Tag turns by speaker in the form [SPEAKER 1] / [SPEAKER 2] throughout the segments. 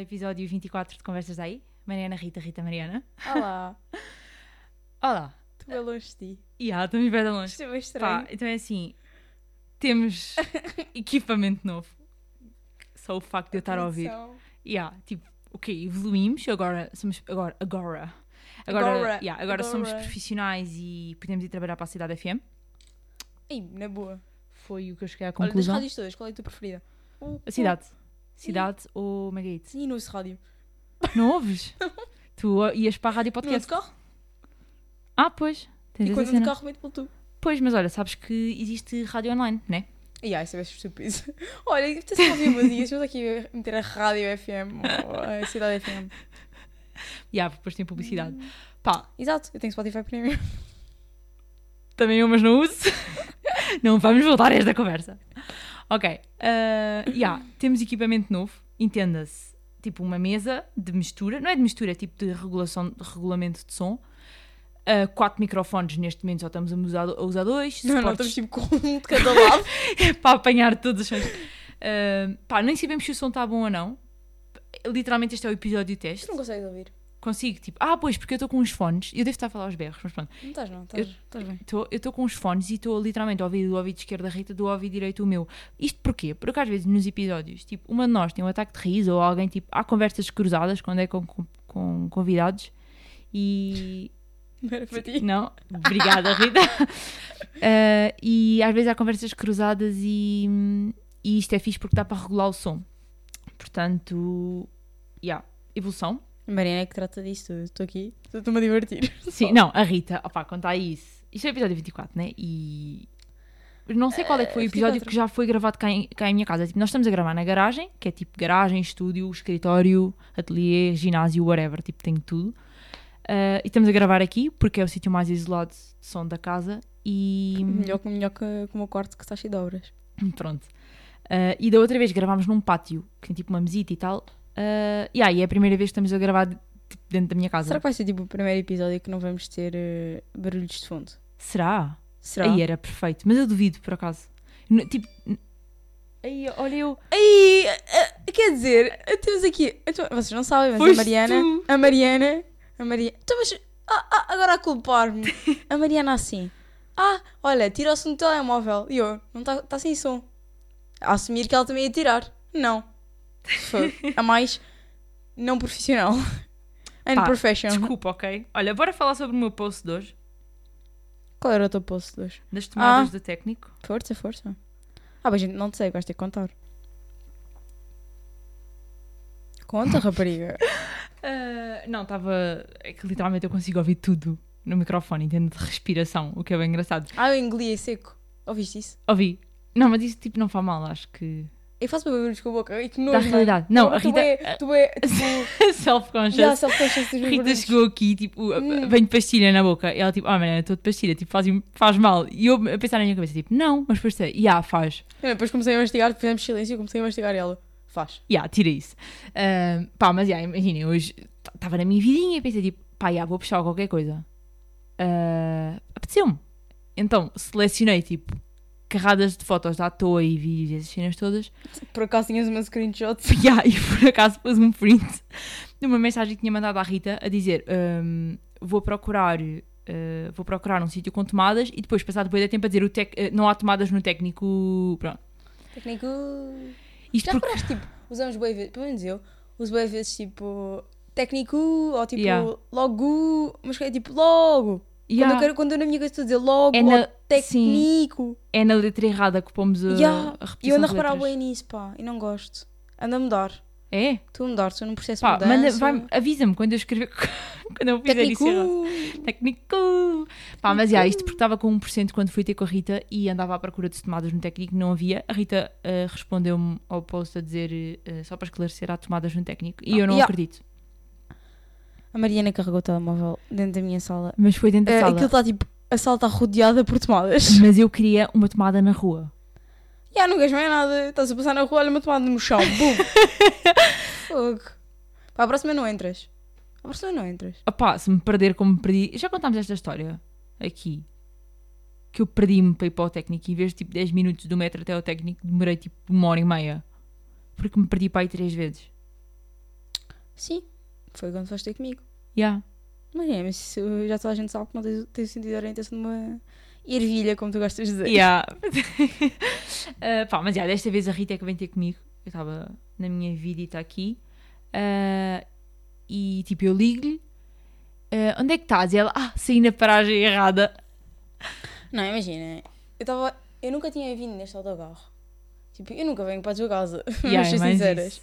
[SPEAKER 1] episódio 24 de Conversas Daí. Mariana Rita, Rita Mariana.
[SPEAKER 2] Olá,
[SPEAKER 1] Olá!
[SPEAKER 2] tu é longe de ti.
[SPEAKER 1] E há, estamos bem de longe.
[SPEAKER 2] Isto é bem
[SPEAKER 1] Pá,
[SPEAKER 2] estranho.
[SPEAKER 1] então é assim: temos equipamento novo. Só o facto de eu estar a ouvir.
[SPEAKER 2] Atenção.
[SPEAKER 1] E há, tipo, ok, evoluímos, agora somos. Agora. Agora.
[SPEAKER 2] Agora,
[SPEAKER 1] yeah, agora somos
[SPEAKER 2] agora.
[SPEAKER 1] profissionais e podemos ir trabalhar para a Cidade FM.
[SPEAKER 2] Ei, na boa.
[SPEAKER 1] Foi o que eu cheguei à
[SPEAKER 2] Olha, das
[SPEAKER 1] conclusão.
[SPEAKER 2] rádios todas, qual é a tua preferida?
[SPEAKER 1] a cidade.
[SPEAKER 2] um.
[SPEAKER 1] Cidade ou Margarite?
[SPEAKER 2] Sim, no rádio.
[SPEAKER 1] Não ouves? tu ias para a rádio
[SPEAKER 2] Não de
[SPEAKER 1] podcast.
[SPEAKER 2] carro?
[SPEAKER 1] Ah, pois. Tens
[SPEAKER 2] E
[SPEAKER 1] essa
[SPEAKER 2] quando de
[SPEAKER 1] cena.
[SPEAKER 2] carro, meto pelo tu.
[SPEAKER 1] Pois, mas olha, sabes que existe rádio online, né?
[SPEAKER 2] E ai, isso é bem surpresa. Olha, estás a ouvir umas dias, estamos aqui a meter a rádio FM ou a cidade FM.
[SPEAKER 1] E há, depois tem publicidade.
[SPEAKER 2] Hum.
[SPEAKER 1] Pá,
[SPEAKER 2] Exato, eu tenho Spotify Premium.
[SPEAKER 1] também eu, mas não uso. não vamos voltar a esta conversa. Ok. ah, e há, temos equipamento novo, entenda-se. Tipo uma mesa de mistura, não é de mistura, é tipo de regulação, de regulamento de som. Ah, quatro microfones, neste momento só estamos a usar, a usar dois.
[SPEAKER 2] Não, não,
[SPEAKER 1] suportes-
[SPEAKER 2] estamos tipo com um de cada lado.
[SPEAKER 1] para apanhar todos os sons. Ah, pá, nem sabemos se o som está bom ou não. Literalmente, este é o episódio
[SPEAKER 2] Tu
[SPEAKER 1] teste.
[SPEAKER 2] não consegues ouvir.
[SPEAKER 1] Consigo, tipo, ah, pois, porque eu estou com uns fones. Eu devo estar a falar aos berros, mas pronto.
[SPEAKER 2] Não estás, não. Estás, estás bem.
[SPEAKER 1] Tô- eu estou com uns fones e estou literalmente a ouvir do ouvido esquerdo da Rita, do ouvido direito o meu. Isto porquê? Porque às vezes nos episódios, tipo, uma de nós tem um ataque de riso ou alguém, tipo, há conversas cruzadas quando é com, com, com convidados e.
[SPEAKER 2] Não era para ti.
[SPEAKER 1] Não, obrigada, Rita. Ah, e às vezes há conversas cruzadas e, e isto é fixe porque dá para regular o som. Portanto, yeah, evolução.
[SPEAKER 2] A Mariana é que trata disso tudo. Estou aqui, estou-me a divertir.
[SPEAKER 1] Sim, não, a Rita, opá, contar isso. Isto é o episódio 24, né? E. eu Não sei qual é que foi o
[SPEAKER 2] Eh,
[SPEAKER 1] episódio
[SPEAKER 2] 24.
[SPEAKER 1] que já foi gravado cá em, cá em minha casa. Tipo, nós estamos a gravar na garagem, que é tipo garagem, estúdio, escritório, ateliê, ginásio, whatever, tipo, tenho tudo. Ah, e estamos a gravar aqui porque é o sítio mais isolado de som da casa e.
[SPEAKER 2] Melhor, melhor que, que o meu quarto que está cheio de obras.
[SPEAKER 1] Pronto. Ah, e da outra vez gravámos num pátio, que tem tipo uma mesita e tal. Ah, e aí é a primeira vez que estamos a gravar tipo, dentro da minha casa.
[SPEAKER 2] Será que vai ser tipo o primeiro episódio que não vamos ter eh, barulhos de fundo?
[SPEAKER 1] Será?
[SPEAKER 2] Será?
[SPEAKER 1] Aí era perfeito, mas eu duvido por acaso. N- Tipo. n- Aí, olha eu.
[SPEAKER 2] Aí, eh, eh, quer dizer, eh, temos aqui. então, vocês não sabem, mas
[SPEAKER 1] Foste
[SPEAKER 2] a Mariana.
[SPEAKER 1] tu.
[SPEAKER 2] A Mariana. A Mariana. Então, mas. ah, ah, agora a culpar-me. a Mariana assim. Ah, olha, tira o som do telemóvel. E eu, não está tá sem som. A assumir que ela também ia tirar. Não. Foi. A mais não profissional. Unprofessional.
[SPEAKER 1] Desculpa, ok? Olha, bora falar sobre o meu post de hoje,
[SPEAKER 2] Qual era o teu post de hoje?
[SPEAKER 1] das tomadas
[SPEAKER 2] Ah.
[SPEAKER 1] do técnico.
[SPEAKER 2] Força, força. Ah, mas gente, não te sei, gosto de contar. Conta, rapariga.
[SPEAKER 1] Ah, não, estava. É que literalmente eu consigo ouvir tudo no microfone, entendo de respiração, o que é bem engraçado.
[SPEAKER 2] ah, eu engoli em seco. Ouviste isso?
[SPEAKER 1] Ouvi. Não, mas isso tipo não faz mal, acho que.
[SPEAKER 2] Eu faço barulhos com a boca e que
[SPEAKER 1] Da
[SPEAKER 2] nojo, mano.
[SPEAKER 1] realidade. Não, a
[SPEAKER 2] tu
[SPEAKER 1] Rita.
[SPEAKER 2] é, tu é, tipo,
[SPEAKER 1] Self-conscious.
[SPEAKER 2] já self-conscious dos meus
[SPEAKER 1] Rita
[SPEAKER 2] barulhos.
[SPEAKER 1] chegou aqui, tipo,
[SPEAKER 2] Hum.
[SPEAKER 1] vem de pastilha na boca. E ela, tipo, ah, mano, estou de pastilha, tipo, faz, faz mal. E eu a pensar na minha cabeça, tipo, não, mas depois sei, yeah, faz,
[SPEAKER 2] Eu Depois comecei a mastigar, fizemos silêncio e comecei a mastigar ela. Faz.
[SPEAKER 1] yeah, tira isso. Ah, pá, mas yeah, imaginem, hoje estava na minha vidinha e pensei, tipo, pá, yeah, vou puxar qualquer coisa. Ah, Apeteceu-me. Então, selecionei, tipo, carradas de fotos da toa e vídeos e essas cenas todas.
[SPEAKER 2] Por acaso tinhas uma screenshot.
[SPEAKER 1] Yeah, e por acaso pus um print de uma mensagem que tinha mandado à Rita a dizer "Hum, vou procurar eh, vou procurar um sítio com tomadas e depois passado depois é tempo a dizer o tec- eh, não há tomadas no técnico pronto
[SPEAKER 2] Técnico.
[SPEAKER 1] isto
[SPEAKER 2] Já
[SPEAKER 1] porque
[SPEAKER 2] reparaste, tipo, usamos bem vezes, pelo menos eu, uso bem vezes, tipo, técnico ou tipo,
[SPEAKER 1] Yeah.
[SPEAKER 2] logo, mas é tipo, logo. Quando,
[SPEAKER 1] Yeah,
[SPEAKER 2] eu quero, quando eu na minha cabeça estou a dizer logo,
[SPEAKER 1] É na-
[SPEAKER 2] ou técnico.
[SPEAKER 1] é na letra errada que pomos a,
[SPEAKER 2] Yeah,
[SPEAKER 1] a
[SPEAKER 2] E
[SPEAKER 1] repetição
[SPEAKER 2] eu ando a
[SPEAKER 1] de
[SPEAKER 2] reparar
[SPEAKER 1] Eh, letras.
[SPEAKER 2] bem nisso, pá. E não gosto. Ando a mudar.
[SPEAKER 1] é
[SPEAKER 2] Estou a mudar, estou num processo
[SPEAKER 1] pá
[SPEAKER 2] de mudança. é
[SPEAKER 1] manda, vai- avisa-me quando eu escrever quando eu fizer
[SPEAKER 2] técnico.
[SPEAKER 1] isso errado. Técnico! Pá, mas já, isto porque estava com 1% quando fui ter com a Rita e andava à procura de tomadas no técnico, não havia. A Rita ah, respondeu-me ao post a dizer ah, só para esclarecer, há tomadas no técnico e eu não
[SPEAKER 2] Yeah.
[SPEAKER 1] acredito.
[SPEAKER 2] A Mariana carregou o telemóvel dentro da minha sala.
[SPEAKER 1] Mas foi dentro da
[SPEAKER 2] É,
[SPEAKER 1] sala.
[SPEAKER 2] Aquilo está tipo, a sala está rodeada por tomadas.
[SPEAKER 1] Mas eu queria uma tomada na rua.
[SPEAKER 2] Já não queres mais nada. Estás a passar na rua, olha uma tomada no chão. Bum. Fogo. Pá, a próxima não entras. A próxima não entras.
[SPEAKER 1] Opá, se me perder como me perdi. Já contámos esta história aqui. Que eu perdi-me para ir para o técnico e em vez de tipo 10 minutos do metro até ao técnico, demorei tipo uma hora e meia. Porque me perdi para aí três vezes.
[SPEAKER 2] Sim, foi quando foste ter comigo.
[SPEAKER 1] Yeah.
[SPEAKER 2] Maria, mas isso já toda a gente sabe que não tens, tens sentido de orientação de uma ervilha, como tu gostas de dizer.
[SPEAKER 1] Yeah. Ah, pá, mas já, desta vez a Rita é que vem ter comigo. Eu estava na minha vida e está aqui. Ah, e tipo, eu ligo-lhe. ah, onde é que estás? E ela, ah, saí na paragem errada.
[SPEAKER 2] Não, imagina, eu estava. Eu nunca tinha vindo neste autocarro. Tipo, eu nunca venho para a tua casa.
[SPEAKER 1] Yeah,
[SPEAKER 2] Vamos
[SPEAKER 1] é
[SPEAKER 2] ser
[SPEAKER 1] mais
[SPEAKER 2] sinceras.
[SPEAKER 1] isso.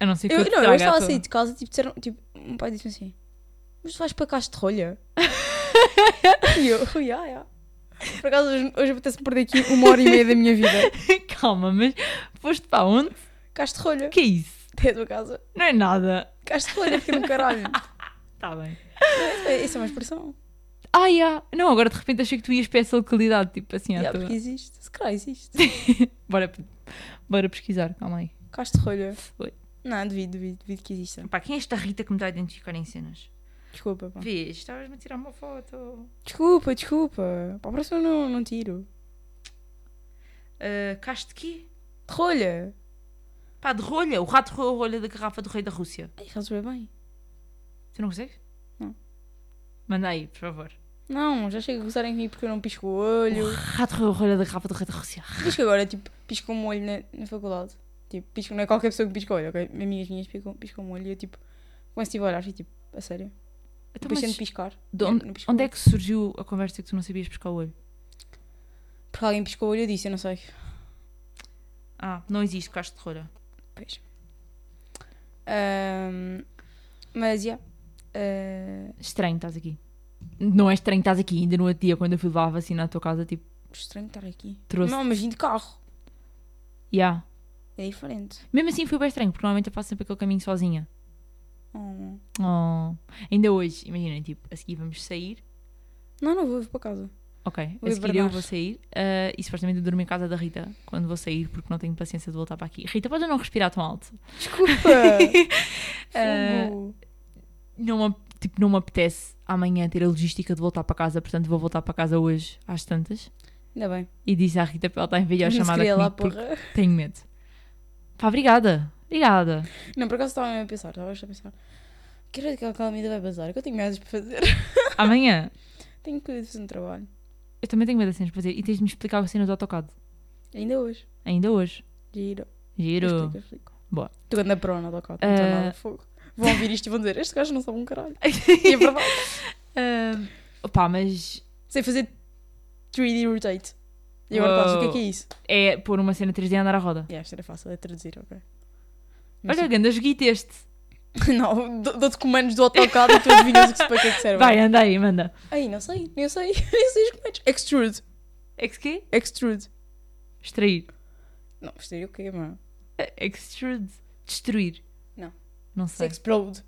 [SPEAKER 1] A não ser que
[SPEAKER 2] Eu,
[SPEAKER 1] te
[SPEAKER 2] não, eu
[SPEAKER 1] traga
[SPEAKER 2] estava a
[SPEAKER 1] tua-
[SPEAKER 2] sair de casa tipo, disseram, tipo, um pai disse-me assim: Mas tu vais para cá de rolha? e eu, oh, yeah, yeah. Por acaso, hoje, hoje apetece-me perder aqui uma hora e meia da minha vida.
[SPEAKER 1] Calma, mas foste para onde?
[SPEAKER 2] Cás de rolha.
[SPEAKER 1] O que é isso?
[SPEAKER 2] É a tua casa.
[SPEAKER 1] Não é nada.
[SPEAKER 2] Cás de rolha, fica no caralho.
[SPEAKER 1] Está bem.
[SPEAKER 2] É- Isso é uma expressão.
[SPEAKER 1] Ah, yeah. Não, agora de repente achei que tu ias para essa localidade, tipo assim, à
[SPEAKER 2] Yeah,
[SPEAKER 1] toa.
[SPEAKER 2] porque existe. Se calhar existe.
[SPEAKER 1] Bora, bora pesquisar, calma aí.
[SPEAKER 2] Cás de rolha.
[SPEAKER 1] Oi.
[SPEAKER 2] Não, duvido, duvido, duvido que exista.
[SPEAKER 1] Pá, quem é esta Rita que me está a identificar em cenas?
[SPEAKER 2] Desculpa, pá.
[SPEAKER 1] Vês, estavas-me a tirar uma foto.
[SPEAKER 2] Desculpa, desculpa. Para a próxima não, não tiro.
[SPEAKER 1] Uh, caste quê?
[SPEAKER 2] De rolha.
[SPEAKER 1] Pá, de rolha. O rato roeu a rolha da garrafa do rei da Rússia.
[SPEAKER 2] Ai, fazes bem bem.
[SPEAKER 1] Tu não consegues?
[SPEAKER 2] Não.
[SPEAKER 1] Manda aí, por favor.
[SPEAKER 2] Não, já chega a gozarem comigo porque eu não pisco o olho.
[SPEAKER 1] O rato roeu a rolha da garrafa do rei da Rússia.
[SPEAKER 2] Pisco agora, tipo, pisco um olho na, na faculdade. Tipo, pisco, não é qualquer pessoa que pisca o olho, ok? Amigas minhas piscam, piscam um olho e eu, tipo, começo tipo, a olhar, fico, tipo, a sério.
[SPEAKER 1] Então,
[SPEAKER 2] Depois
[SPEAKER 1] mas
[SPEAKER 2] tento piscar.
[SPEAKER 1] de
[SPEAKER 2] não-
[SPEAKER 1] onde,
[SPEAKER 2] não pisco o
[SPEAKER 1] onde é
[SPEAKER 2] olho.
[SPEAKER 1] que surgiu a conversa que tu não sabias pescar o olho?
[SPEAKER 2] Porque alguém piscou o olho e eu disse, eu não sei.
[SPEAKER 1] Ah, não existe caste de rolha.
[SPEAKER 2] Pois. Ahm, mas, já. Yeah. Ah,
[SPEAKER 1] Estranho, estás aqui. Não é estranho, estás aqui. Ainda no outro dia, quando eu fui levar a vacina à tua casa, tipo,
[SPEAKER 2] estranho estar aqui.
[SPEAKER 1] Trouxe-
[SPEAKER 2] Não, mas vim de carro.
[SPEAKER 1] yeah.
[SPEAKER 2] É diferente.
[SPEAKER 1] Mesmo assim foi bem estranho, porque normalmente eu faço sempre aquele caminho sozinha.
[SPEAKER 2] Oh.
[SPEAKER 1] Oh. Ainda hoje, imaginem, tipo, a seguir vamos sair.
[SPEAKER 2] Não, não vou, vou para casa.
[SPEAKER 1] Ok,
[SPEAKER 2] Vou
[SPEAKER 1] a seguir eu
[SPEAKER 2] hibernar.
[SPEAKER 1] vou sair. ah, e supostamente eu durmo em casa da Rita quando vou sair, porque não tenho paciência de voltar para aqui. Rita, pode não respirar tão alto.
[SPEAKER 2] Desculpa!
[SPEAKER 1] Ah,
[SPEAKER 2] Fogo.
[SPEAKER 1] não, me- tipo, não me apetece amanhã ter a logística de voltar para casa, portanto vou voltar para casa hoje às tantas.
[SPEAKER 2] Ainda bem.
[SPEAKER 1] E disse à Rita para ela estar em
[SPEAKER 2] Não se
[SPEAKER 1] videochamada
[SPEAKER 2] queria
[SPEAKER 1] comigo
[SPEAKER 2] lá,
[SPEAKER 1] porque
[SPEAKER 2] porra.
[SPEAKER 1] tenho medo. Pá, obrigada. Obrigada.
[SPEAKER 2] Não, por acaso estava mesmo a pensar, estava mesmo a pensar. Que hora é que aquela calamida vai bazar? Que eu tenho merdas para fazer.
[SPEAKER 1] Amanhã.
[SPEAKER 2] tenho que fazer um trabalho.
[SPEAKER 1] Eu também tenho medo das cenas para fazer. E tens de me explicar a cena do AutoCAD.
[SPEAKER 2] Ainda hoje.
[SPEAKER 1] Ainda hoje.
[SPEAKER 2] Giro. é
[SPEAKER 1] Giro.
[SPEAKER 2] Explica, explica.
[SPEAKER 1] Boa.
[SPEAKER 2] Tu anda pro na docote,
[SPEAKER 1] Ah.
[SPEAKER 2] não está nada a fogo. Vão ouvir isto e vão dizer, este gajo não sabe um caralho. E é verdade.
[SPEAKER 1] Ahm, opá, mas
[SPEAKER 2] Sei fazer 3D rotate. E agora estás, o que é que é isso?
[SPEAKER 1] é pôr uma cena 3D a andar à roda.
[SPEAKER 2] Yeah, isto era fácil, é traduzir, ok. Mas,
[SPEAKER 1] Olha, ganda, joguite este.
[SPEAKER 2] tipo, não, dou- dou-te comandos do AutoCAD e tu adivinhas o que se para que é que serve.
[SPEAKER 1] Vai, anda aí, manda.
[SPEAKER 2] Aí, não sei, nem sei, nem sei os comandos. Extrude,
[SPEAKER 1] Ex É quê?
[SPEAKER 2] extrude.
[SPEAKER 1] Extrair.
[SPEAKER 2] Não, isto é o quê, mano?
[SPEAKER 1] Extrude. Destruir.
[SPEAKER 2] É. Não.
[SPEAKER 1] Não
[SPEAKER 2] Isto
[SPEAKER 1] sei.
[SPEAKER 2] é explode.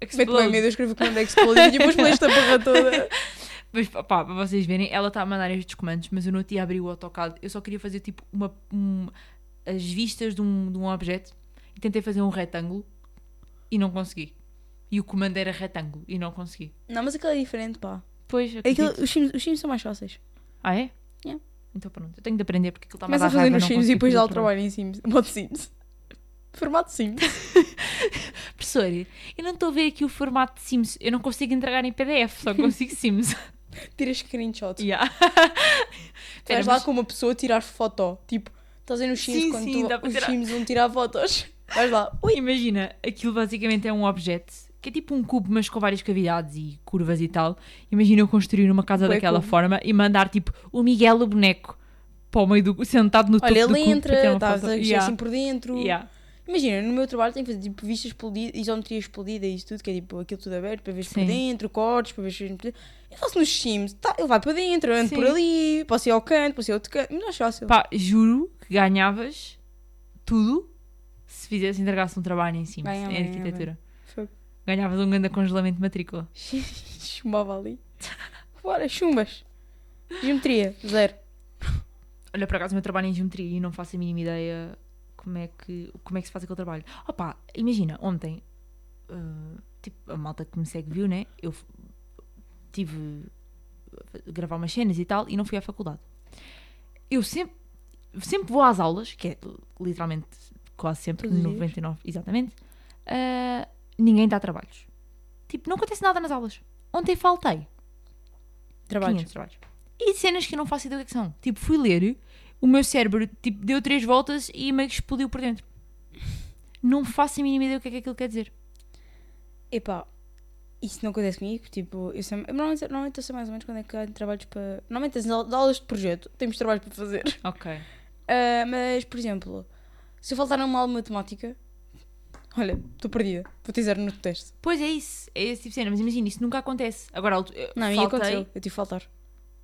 [SPEAKER 2] Mete bem é medo,
[SPEAKER 1] Explode.
[SPEAKER 2] eu escrevo o comando explode e depois põe esta barra toda.
[SPEAKER 1] Mas pá, para vocês verem, ela está a mandar estes comandos, mas eu não tinha abrir o AutoCAD. Eu só queria fazer tipo uma, um- as vistas de um, de um objeto e tentei fazer um retângulo e não consegui. E o comando era retângulo e não consegui.
[SPEAKER 2] Não, mas aquilo é diferente, pá.
[SPEAKER 1] Pois,
[SPEAKER 2] É
[SPEAKER 1] acredito.
[SPEAKER 2] aquilo- os, filmes, os filmes são mais fáceis.
[SPEAKER 1] Ah, é?
[SPEAKER 2] Yeah.
[SPEAKER 1] Então pronto, eu tenho de aprender porque aquilo está
[SPEAKER 2] Começa a fazer nos Sims e depois dá o trabalho em Sims. Modo Sims. Formato Sims.
[SPEAKER 1] Professor, eu não estou a ver aqui o formato de Sims. Eu não consigo entregar em PDF, só consigo Sims.
[SPEAKER 2] Tira screenshots.
[SPEAKER 1] yeah.
[SPEAKER 2] Tu vais lá com uma pessoa tirar foto. Tipo, estás a ver nos Sims
[SPEAKER 1] Sim,
[SPEAKER 2] quando
[SPEAKER 1] sim, dá
[SPEAKER 2] tu,
[SPEAKER 1] para
[SPEAKER 2] os
[SPEAKER 1] tirar.
[SPEAKER 2] Sims vão tirar fotos. Vais lá.
[SPEAKER 1] Ui, imagina, aquilo basicamente é um objeto que é tipo um cubo, mas com várias cavidades e curvas e tal. Imagina eu construir uma casa
[SPEAKER 2] Bué
[SPEAKER 1] daquela
[SPEAKER 2] cubo.
[SPEAKER 1] forma e mandar tipo o Miguel o boneco para o meio do sentado no topo
[SPEAKER 2] Olha,
[SPEAKER 1] do
[SPEAKER 2] ele
[SPEAKER 1] cubo para tirar
[SPEAKER 2] entra,
[SPEAKER 1] uma
[SPEAKER 2] estás
[SPEAKER 1] foto.
[SPEAKER 2] a mexer
[SPEAKER 1] Yeah,
[SPEAKER 2] assim por dentro.
[SPEAKER 1] yeah.
[SPEAKER 2] Imagina, no meu trabalho tenho que fazer tipo vistas explodidas, isometria explodida e isso tudo, que é tipo aquilo tudo aberto para ver por
[SPEAKER 1] Sim.
[SPEAKER 2] dentro, cortes, para ver se por dentro. Eu faço nos Sims, tá, ele vai para dentro, eu ando
[SPEAKER 1] Sim.
[SPEAKER 2] por ali, posso ir ao canto, posso ir ao outro canto, mas não acho fácil.
[SPEAKER 1] Pá, juro que ganhavas tudo se fizesse entregasse um trabalho em Sims,
[SPEAKER 2] Ganhava,
[SPEAKER 1] em arquitetura.
[SPEAKER 2] Fogo.
[SPEAKER 1] Ganhavas um grande congelamento de matrícula.
[SPEAKER 2] Chumbava ali. Bora, chumbas. Geometria, zero.
[SPEAKER 1] Olha, por acaso, o meu trabalho é em geometria e não faço a mínima ideia como é que, como é que se faz aquele trabalho. Opa, imagina, ontem, ah, tipo, a malta que me segue viu, né? Eu f- tive a gravar umas cenas e tal e não fui à faculdade. Eu sempre, sempre vou às aulas, que é literalmente quase sempre,
[SPEAKER 2] Todos os dias.
[SPEAKER 1] 99, exatamente. Ah, ninguém dá trabalhos. Tipo, não acontece nada nas aulas. Ontem faltei
[SPEAKER 2] Trabalhos.
[SPEAKER 1] 500 trabalhos. E cenas que eu não faço ideia do que é que são. Tipo, fui ler, o meu cérebro tipo, deu três voltas e meio que explodiu por dentro. Não faço a mínima ideia do que é que aquilo quer dizer.
[SPEAKER 2] Epá, isso não acontece comigo. Tipo, eu sei, eu normalmente, normalmente eu sei mais ou menos quando é que há trabalhos para. Normalmente as au- aulas de projeto temos trabalhos para fazer.
[SPEAKER 1] Ok.
[SPEAKER 2] Ah, mas, por exemplo, se eu faltar numa aula de matemática, olha, estou perdida. Vou ter zero no teste.
[SPEAKER 1] Pois é isso, é esse tipo de cena, mas imagina, isso nunca acontece. Agora, eu
[SPEAKER 2] Não, a mim
[SPEAKER 1] faltei.
[SPEAKER 2] aconteceu. Eu tive que faltar.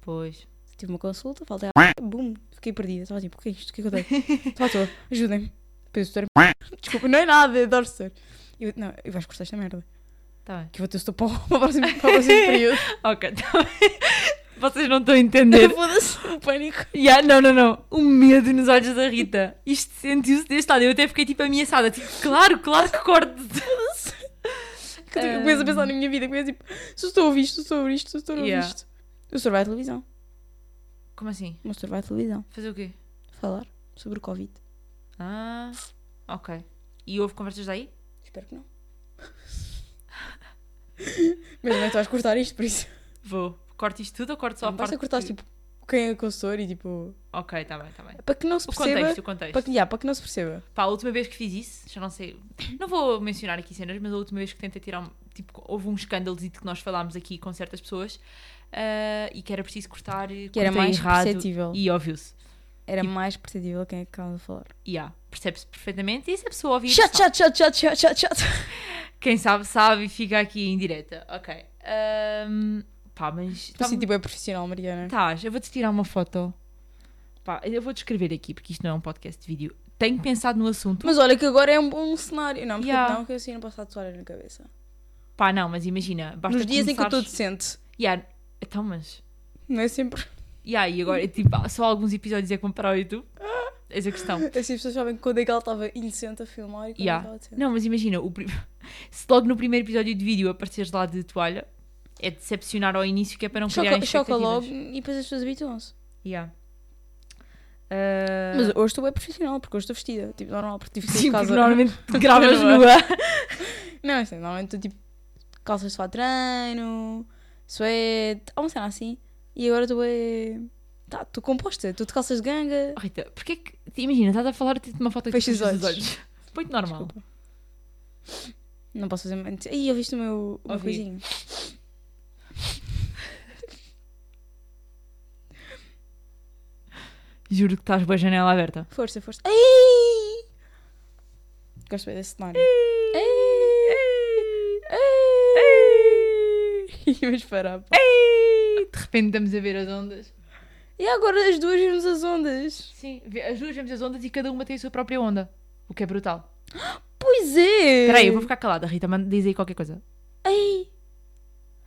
[SPEAKER 1] Pois.
[SPEAKER 2] Tive uma consulta, faltei à... Bum, fiquei perdida. Estava tipo, o que é isto? O que é que eu tenho? Estava à toa, ajudem-me. Depois o tutor... Desculpa, não é nada, eu adoro tutor. Eu, não, eu vais cortar esta merda.
[SPEAKER 1] Tá bem.
[SPEAKER 2] Que eu vou ter o tutor para o para o próximo, para o próximo período.
[SPEAKER 1] Ok, tá bem. Vocês não estão a entender.
[SPEAKER 2] Foda-se, o pânico.
[SPEAKER 1] Yeah, não, não, não. O medo nos olhos da Rita. Isto sentiu-se deste lado. Eu até fiquei tipo ameaçada. Tipo, claro, claro que corte.
[SPEAKER 2] Que eu começo a pensar na minha vida. Começo tipo, se eu estou a ouvir isto, se eu estou a ouvir isto, se eu estou a ouvir
[SPEAKER 1] Yeah.
[SPEAKER 2] isto. O senhor vai à televisão.
[SPEAKER 1] Como assim?
[SPEAKER 2] O senhor vai à televisão.
[SPEAKER 1] Fazer o quê?
[SPEAKER 2] Falar sobre o Covid.
[SPEAKER 1] Ah, ok. E houve conversas daí?
[SPEAKER 2] Espero que não. Mas não é que tu vais cortar isto, por isso.
[SPEAKER 1] Vou. Corto isto tudo ou corto só a
[SPEAKER 2] Não, basta
[SPEAKER 1] parte?
[SPEAKER 2] cortar tipo quem é que eu sou e tipo.
[SPEAKER 1] Ok, tá bem, tá bem.
[SPEAKER 2] Para que não se
[SPEAKER 1] O
[SPEAKER 2] perceba.
[SPEAKER 1] contexto, o contexto.
[SPEAKER 2] Para que, yeah, para que não se perceba.
[SPEAKER 1] Pá, a última vez que fiz isso, já não sei, não vou mencionar aqui cenas, mas a última vez que tentei tirar, um, tipo, houve um escândalo que nós falámos aqui com certas pessoas ah, e que era preciso cortar,
[SPEAKER 2] Que era mais
[SPEAKER 1] errado,
[SPEAKER 2] perceptível.
[SPEAKER 1] E tipo- óbvio-se.
[SPEAKER 2] Era mais perceptível quem é que estava a falar.
[SPEAKER 1] E há, percebe-se perfeitamente e se a pessoa ouvir,
[SPEAKER 2] Chat,
[SPEAKER 1] sabe.
[SPEAKER 2] chat, chat, chat, chat, chat, chat.
[SPEAKER 1] quem sabe, sabe e fica aqui em direta. Ok. Ahm, pá, mas...
[SPEAKER 2] Estou assim, tipo, é profissional, Mariana.
[SPEAKER 1] Estás, eu vou-te tirar uma foto. Pá, eu vou descrever aqui, porque isto não é um podcast de vídeo. Tenho pensado no assunto.
[SPEAKER 2] Mas olha que agora é um bom cenário. Não, porque
[SPEAKER 1] Yeah.
[SPEAKER 2] não, que eu assim não posso tatuar na cabeça.
[SPEAKER 1] Pá, não, mas imagina, basta
[SPEAKER 2] Nos dias em que eu estou
[SPEAKER 1] começares-
[SPEAKER 2] decente.
[SPEAKER 1] Yeah, então, mas...
[SPEAKER 2] Não é sempre.
[SPEAKER 1] Yeah, e agora, tipo, há só alguns episódios é que vão para o YouTube.
[SPEAKER 2] Ah.
[SPEAKER 1] Essa é a questão.
[SPEAKER 2] Assim as pessoas sabem quando é que ela estava indecente a filmar e quando
[SPEAKER 1] Yeah.
[SPEAKER 2] é que ela decente.
[SPEAKER 1] Não, mas imagina, o prim- se logo no primeiro episódio de vídeo apareceres lá de toalha, é decepcionar ao início que é para não criar
[SPEAKER 2] Choca, choca
[SPEAKER 1] expectativas.
[SPEAKER 2] logo e depois as pessoas habituam-se.
[SPEAKER 1] Yeah. Ah,
[SPEAKER 2] Mas hoje estou bem profissional, porque hoje estou vestida. Tipo, normal, porque tive que sair
[SPEAKER 1] Sim,
[SPEAKER 2] de
[SPEAKER 1] porque
[SPEAKER 2] casa.
[SPEAKER 1] normalmente gravas
[SPEAKER 2] Nua.
[SPEAKER 1] nua.
[SPEAKER 2] é? Não, assim, normalmente estou tipo calças de fato de treino, suéte, ou uma cena assim. E agora estou bem. Tá, estou composta, estou de calças de ganga.
[SPEAKER 1] Oh, Rita, porque é que... Imagina, estás a falar, tens uma foto aqui
[SPEAKER 2] Fecha os
[SPEAKER 1] dos
[SPEAKER 2] olhos.
[SPEAKER 1] olhos. Muito normal.
[SPEAKER 2] Desculpa. Não posso fazer muito. Ih, eu viste o meu, o meu
[SPEAKER 1] Ouvi.
[SPEAKER 2] coisinho.
[SPEAKER 1] Juro que estás boa janela aberta.
[SPEAKER 2] Força, força. Ai! Gosto bem desse cenário. Vamos parar. pá.
[SPEAKER 1] Ei! De repente estamos a ver as ondas.
[SPEAKER 2] E agora as duas vimos as ondas.
[SPEAKER 1] Sim, vê- as duas vemos as ondas e cada uma tem a sua própria onda. O que é brutal.
[SPEAKER 2] Pois é!
[SPEAKER 1] Espera aí, eu vou ficar calada, Rita, manda, diz aí qualquer coisa.
[SPEAKER 2] Ai!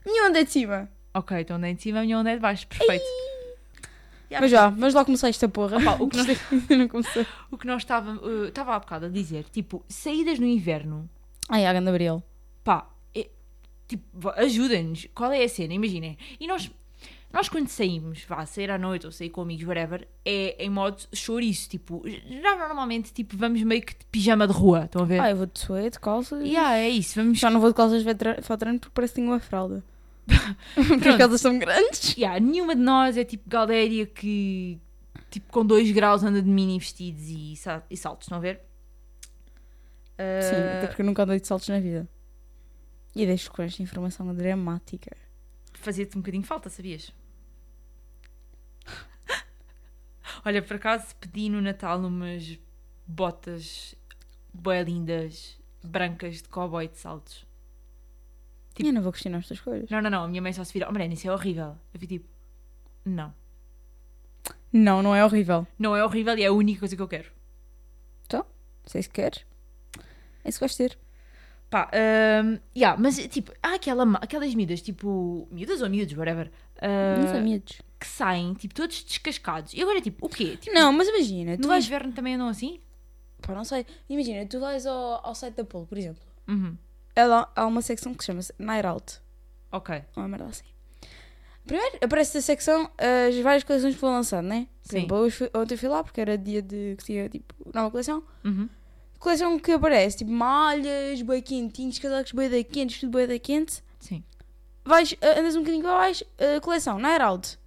[SPEAKER 2] Minha onda é de cima.
[SPEAKER 1] Ok, então onda é de cima, a minha onda é de baixo, perfeito. E
[SPEAKER 2] Mas
[SPEAKER 1] acho
[SPEAKER 2] já, vamos lá começar esta porra.
[SPEAKER 1] Opa, o que nós-
[SPEAKER 2] Ainda é não começou.
[SPEAKER 1] que O que nós estávamos. Estava há bocado a dizer, tipo, saídas no inverno,
[SPEAKER 2] Ai, a Gabriel.
[SPEAKER 1] pá, é- tipo, vá, ajudem-nos. Qual é a cena? Imaginem. E nós, nós quando saímos, vá, sair à noite ou sair com amigos, whatever, é em modo chouriço, tipo, já normalmente, tipo, vamos meio que de pijama de rua, estão a ver?
[SPEAKER 2] Ah, eu vou de suede, calças.
[SPEAKER 1] Yeah, é isso, vamos
[SPEAKER 2] Já não vou de calças vetra- fatrano porque parece que tenho uma fralda. porque as
[SPEAKER 1] Pronto.
[SPEAKER 2] calças são grandes.
[SPEAKER 1] Yeah, nenhuma de nós é tipo galéria que, tipo, com 2 graus anda de mini vestidos e, sa- e saltos, estão a ver? Ah,
[SPEAKER 2] Sim, até porque eu nunca andei de saltos na vida. Eh, E deixo com esta informação dramática.
[SPEAKER 1] Fazia-te um bocadinho falta, sabias? Olha, por acaso pedi no Natal umas botas bué lindas, brancas, de cowboy de saltos. Tipo-
[SPEAKER 2] Eu não vou questionar estas coisas.
[SPEAKER 1] Não, não, não, a minha mãe só se vira, oh Mariana, isso é horrível. Eu fui tipo, não,
[SPEAKER 2] Não, não é horrível.
[SPEAKER 1] não é horrível e é a única coisa que eu quero.
[SPEAKER 2] Sei se queres. É se gosto de ter.
[SPEAKER 1] Pá, hum, yeah, mas tipo, há aquela, ma- aquelas miúdas, tipo, miúdas ou miúdos, whatever, ah,
[SPEAKER 2] Não são miúdos.
[SPEAKER 1] que saem, tipo, todos descascados. E agora é tipo, o quê? Tipo,
[SPEAKER 2] Não, é. mas imagina,
[SPEAKER 1] no
[SPEAKER 2] tu vais.
[SPEAKER 1] inverno também andam assim?
[SPEAKER 2] Pá, não sei. Imagina, tu vais ao, ao site da Polo, por exemplo.
[SPEAKER 1] Uhum,
[SPEAKER 2] É lá- Há uma secção que se chama Night Out.
[SPEAKER 1] ok.
[SPEAKER 2] uma merda assim. Primeiro aparece a secção as várias coleções que foram lançadas, né? Por
[SPEAKER 1] Sim.
[SPEAKER 2] exemplo, hoje fui- ontem fui lá porque era dia de que tinha tipo nova coleção.
[SPEAKER 1] Uhum.
[SPEAKER 2] coleção que aparece, tipo malhas, boi quentinhos, casacos boi da quentes, tudo boi da quente.
[SPEAKER 1] Sim.
[SPEAKER 2] Vais, ah, andas um bocadinho para baixo, ah, coleção, na Herald.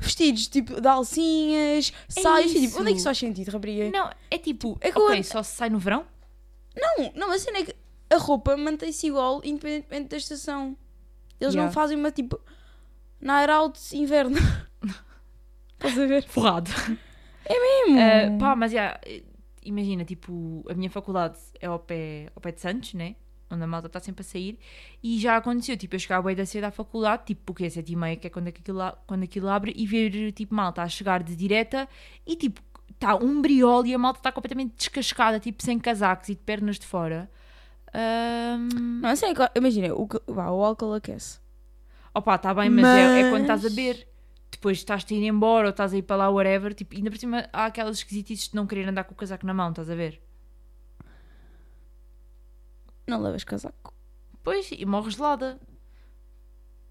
[SPEAKER 2] Vestidos, tipo, de alcinhas, saias,
[SPEAKER 1] isso.
[SPEAKER 2] tipo, onde é que isso faz sentido, rapariga?
[SPEAKER 1] Não, é tipo,
[SPEAKER 2] É que
[SPEAKER 1] ok,
[SPEAKER 2] eu-
[SPEAKER 1] só se sai no verão?
[SPEAKER 2] Não, não, a cena é que a roupa mantém-se igual independentemente da estação. Eles
[SPEAKER 1] Yeah.
[SPEAKER 2] não fazem uma tipo. Na Herald inverno. Estás a ver? É,
[SPEAKER 1] Forrado.
[SPEAKER 2] Mesmo.
[SPEAKER 1] Ah, pá, mas já, eh, imagina, tipo, a minha faculdade é ao pé, ao pé de Santos, né? Onde a malta está sempre a sair. E já aconteceu, tipo, eu chegar bem da cedo à faculdade, tipo, porque é sete e meia, que é quando é que aquilo, a- quando aquilo abre, e ver, tipo, malta a chegar de direta e, tipo, está um briol e a malta está completamente descascada, tipo, sem casacos e de pernas de fora. Ahm,
[SPEAKER 2] Não, a cena é que, imagina, o, que- vá, o álcool aquece.
[SPEAKER 1] Opa, está bem, mas, É, é quando
[SPEAKER 2] Mas-
[SPEAKER 1] estás a beber. Depois estás-te a ir embora ou estás a ir para lá, whatever. Tipo, ainda por cima há aquelas esquisitices de não querer andar com o casaco na mão, estás a ver?
[SPEAKER 2] Não levas casaco.
[SPEAKER 1] Pois, e morres gelada.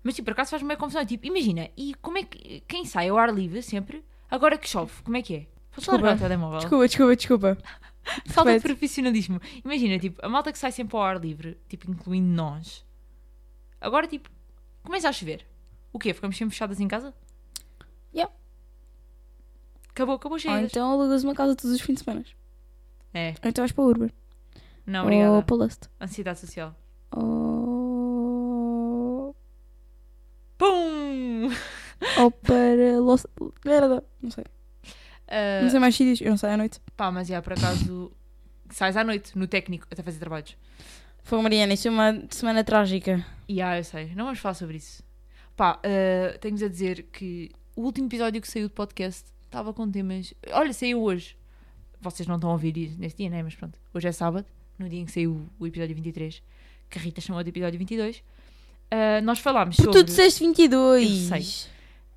[SPEAKER 1] Mas tipo, por acaso faz-me meio confusão. É Tipo, imagina, e como é que. Quem sai ao ar livre sempre, agora que chove, como é que é? Posso
[SPEAKER 2] Desculpa.
[SPEAKER 1] largar o telemóvel?
[SPEAKER 2] Desculpa, desculpa, desculpa.
[SPEAKER 1] Falta de
[SPEAKER 2] repete.
[SPEAKER 1] profissionalismo. Imagina, tipo, a malta que sai sempre ao ar livre, tipo, incluindo nós, agora tipo, começa a chover. O quê? Ficamos sempre fechadas em casa?
[SPEAKER 2] Yeah.
[SPEAKER 1] Acabou, acabou
[SPEAKER 2] Ou
[SPEAKER 1] cheias.
[SPEAKER 2] então alugas uma casa todos os fins de semana.
[SPEAKER 1] É,
[SPEAKER 2] Ou então vais para o Urban.
[SPEAKER 1] não, obrigada.
[SPEAKER 2] Ou para o Lust.
[SPEAKER 1] Ansiedade social.
[SPEAKER 2] Ou.
[SPEAKER 1] Pum!
[SPEAKER 2] Ou para Lost. Merda. Não sei.
[SPEAKER 1] Ah,
[SPEAKER 2] Não sei mais sítios. Eu não sei à noite.
[SPEAKER 1] pá, mas já, por acaso, sais à noite, no técnico, até fazer trabalhos.
[SPEAKER 2] Foi Mariana, isso é uma semana trágica.
[SPEAKER 1] E ah, eu sei, não vamos falar sobre isso. Pá, ah, tenho-vos a dizer que o último episódio que saiu do podcast estava com temas. Olha, saiu hoje. Vocês não estão a ouvir isso nesse dia, né? Mas pronto, hoje é sábado, no dia em que saiu o episódio 23, que a Rita chamou de episódio 22. Ah, nós falámos
[SPEAKER 2] Porque
[SPEAKER 1] sobre.
[SPEAKER 2] tu disseste 22.
[SPEAKER 1] Eu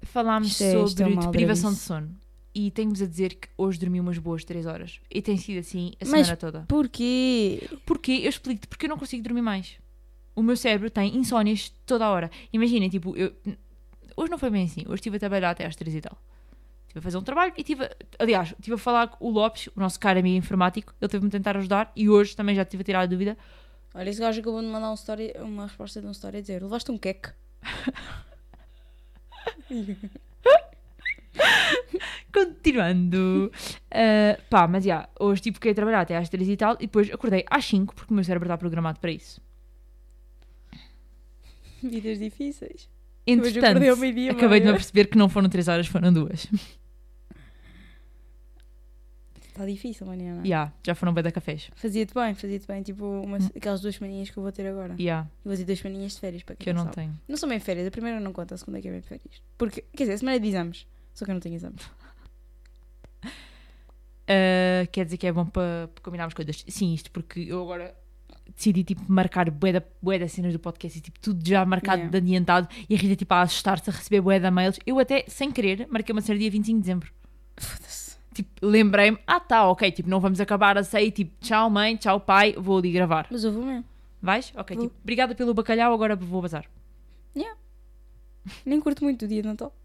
[SPEAKER 1] Falámos
[SPEAKER 2] Isto é- isto é
[SPEAKER 1] sobre
[SPEAKER 2] uma
[SPEAKER 1] privação de
[SPEAKER 2] aldrabice.
[SPEAKER 1] sono. E tenho-vos a dizer que hoje dormi umas boas 3 horas. E tem sido assim a
[SPEAKER 2] Mas-
[SPEAKER 1] semana toda.
[SPEAKER 2] Porquê?
[SPEAKER 1] Porquê? Eu explico-te porque eu não consigo dormir mais. O meu cérebro tem insónias toda a hora. Imaginem, tipo, eu. Hoje não foi bem assim. Hoje estive a trabalhar até às três e tal. Estive a fazer um trabalho e estive. A... Aliás, estive a falar com o Lopes, o nosso caro amigo informático. Ele teve-me a tentar ajudar e hoje também já estive a tirar a dúvida.
[SPEAKER 2] Olha, esse gajo acabou de mandar um story, uma resposta de um story a dizer: levaste um queque.
[SPEAKER 1] Continuando. Ah, pá, mas já. hoje, tipo, fiquei a trabalhar até às três e tal e depois acordei às cinco porque o meu cérebro está programado para isso.
[SPEAKER 2] Vidas difíceis. Mas eu
[SPEAKER 1] Entretanto,
[SPEAKER 2] acordei ao meio-dia,
[SPEAKER 1] acabei de me
[SPEAKER 2] Maria.
[SPEAKER 1] aperceber que não foram três horas, foram duas.
[SPEAKER 2] Está difícil, Mariana.
[SPEAKER 1] Já, já foram bem da cafés.
[SPEAKER 2] Fazia-te bem, fazia-te bem. Tipo, uma-
[SPEAKER 1] Hum.
[SPEAKER 2] aquelas duas maninhas que eu vou ter agora.
[SPEAKER 1] Já,
[SPEAKER 2] Eu vou ter duas maninhas de férias para quem
[SPEAKER 1] que eu não
[SPEAKER 2] sabe.
[SPEAKER 1] tenho.
[SPEAKER 2] Não são bem férias, a primeira não conta, a segunda é que é bem férias. Porque, quer dizer, a semana é de exames. Só que eu não tenho exames.
[SPEAKER 1] Uh, quer dizer que é bom para combinarmos coisas. Sim, isto porque eu agora decidi tipo marcar bué da- bué das cenas do podcast e tipo tudo já marcado
[SPEAKER 2] Yeah.
[SPEAKER 1] de adiantado e a Rita tipo a assustar-se a receber bué da mails. Eu até sem querer marquei uma cena dia 25 de dezembro.
[SPEAKER 2] Foda-se.
[SPEAKER 1] Tipo, lembrei-me, ah tá, ok, tipo, não vamos acabar a sair, tipo, tchau mãe, tchau pai, vou ali gravar.
[SPEAKER 2] Mas eu vou mesmo.
[SPEAKER 1] Vais? Ok,
[SPEAKER 2] Vou.
[SPEAKER 1] tipo, obrigada pelo bacalhau, agora vou bazar.
[SPEAKER 2] Nem curto muito do dia de Natal.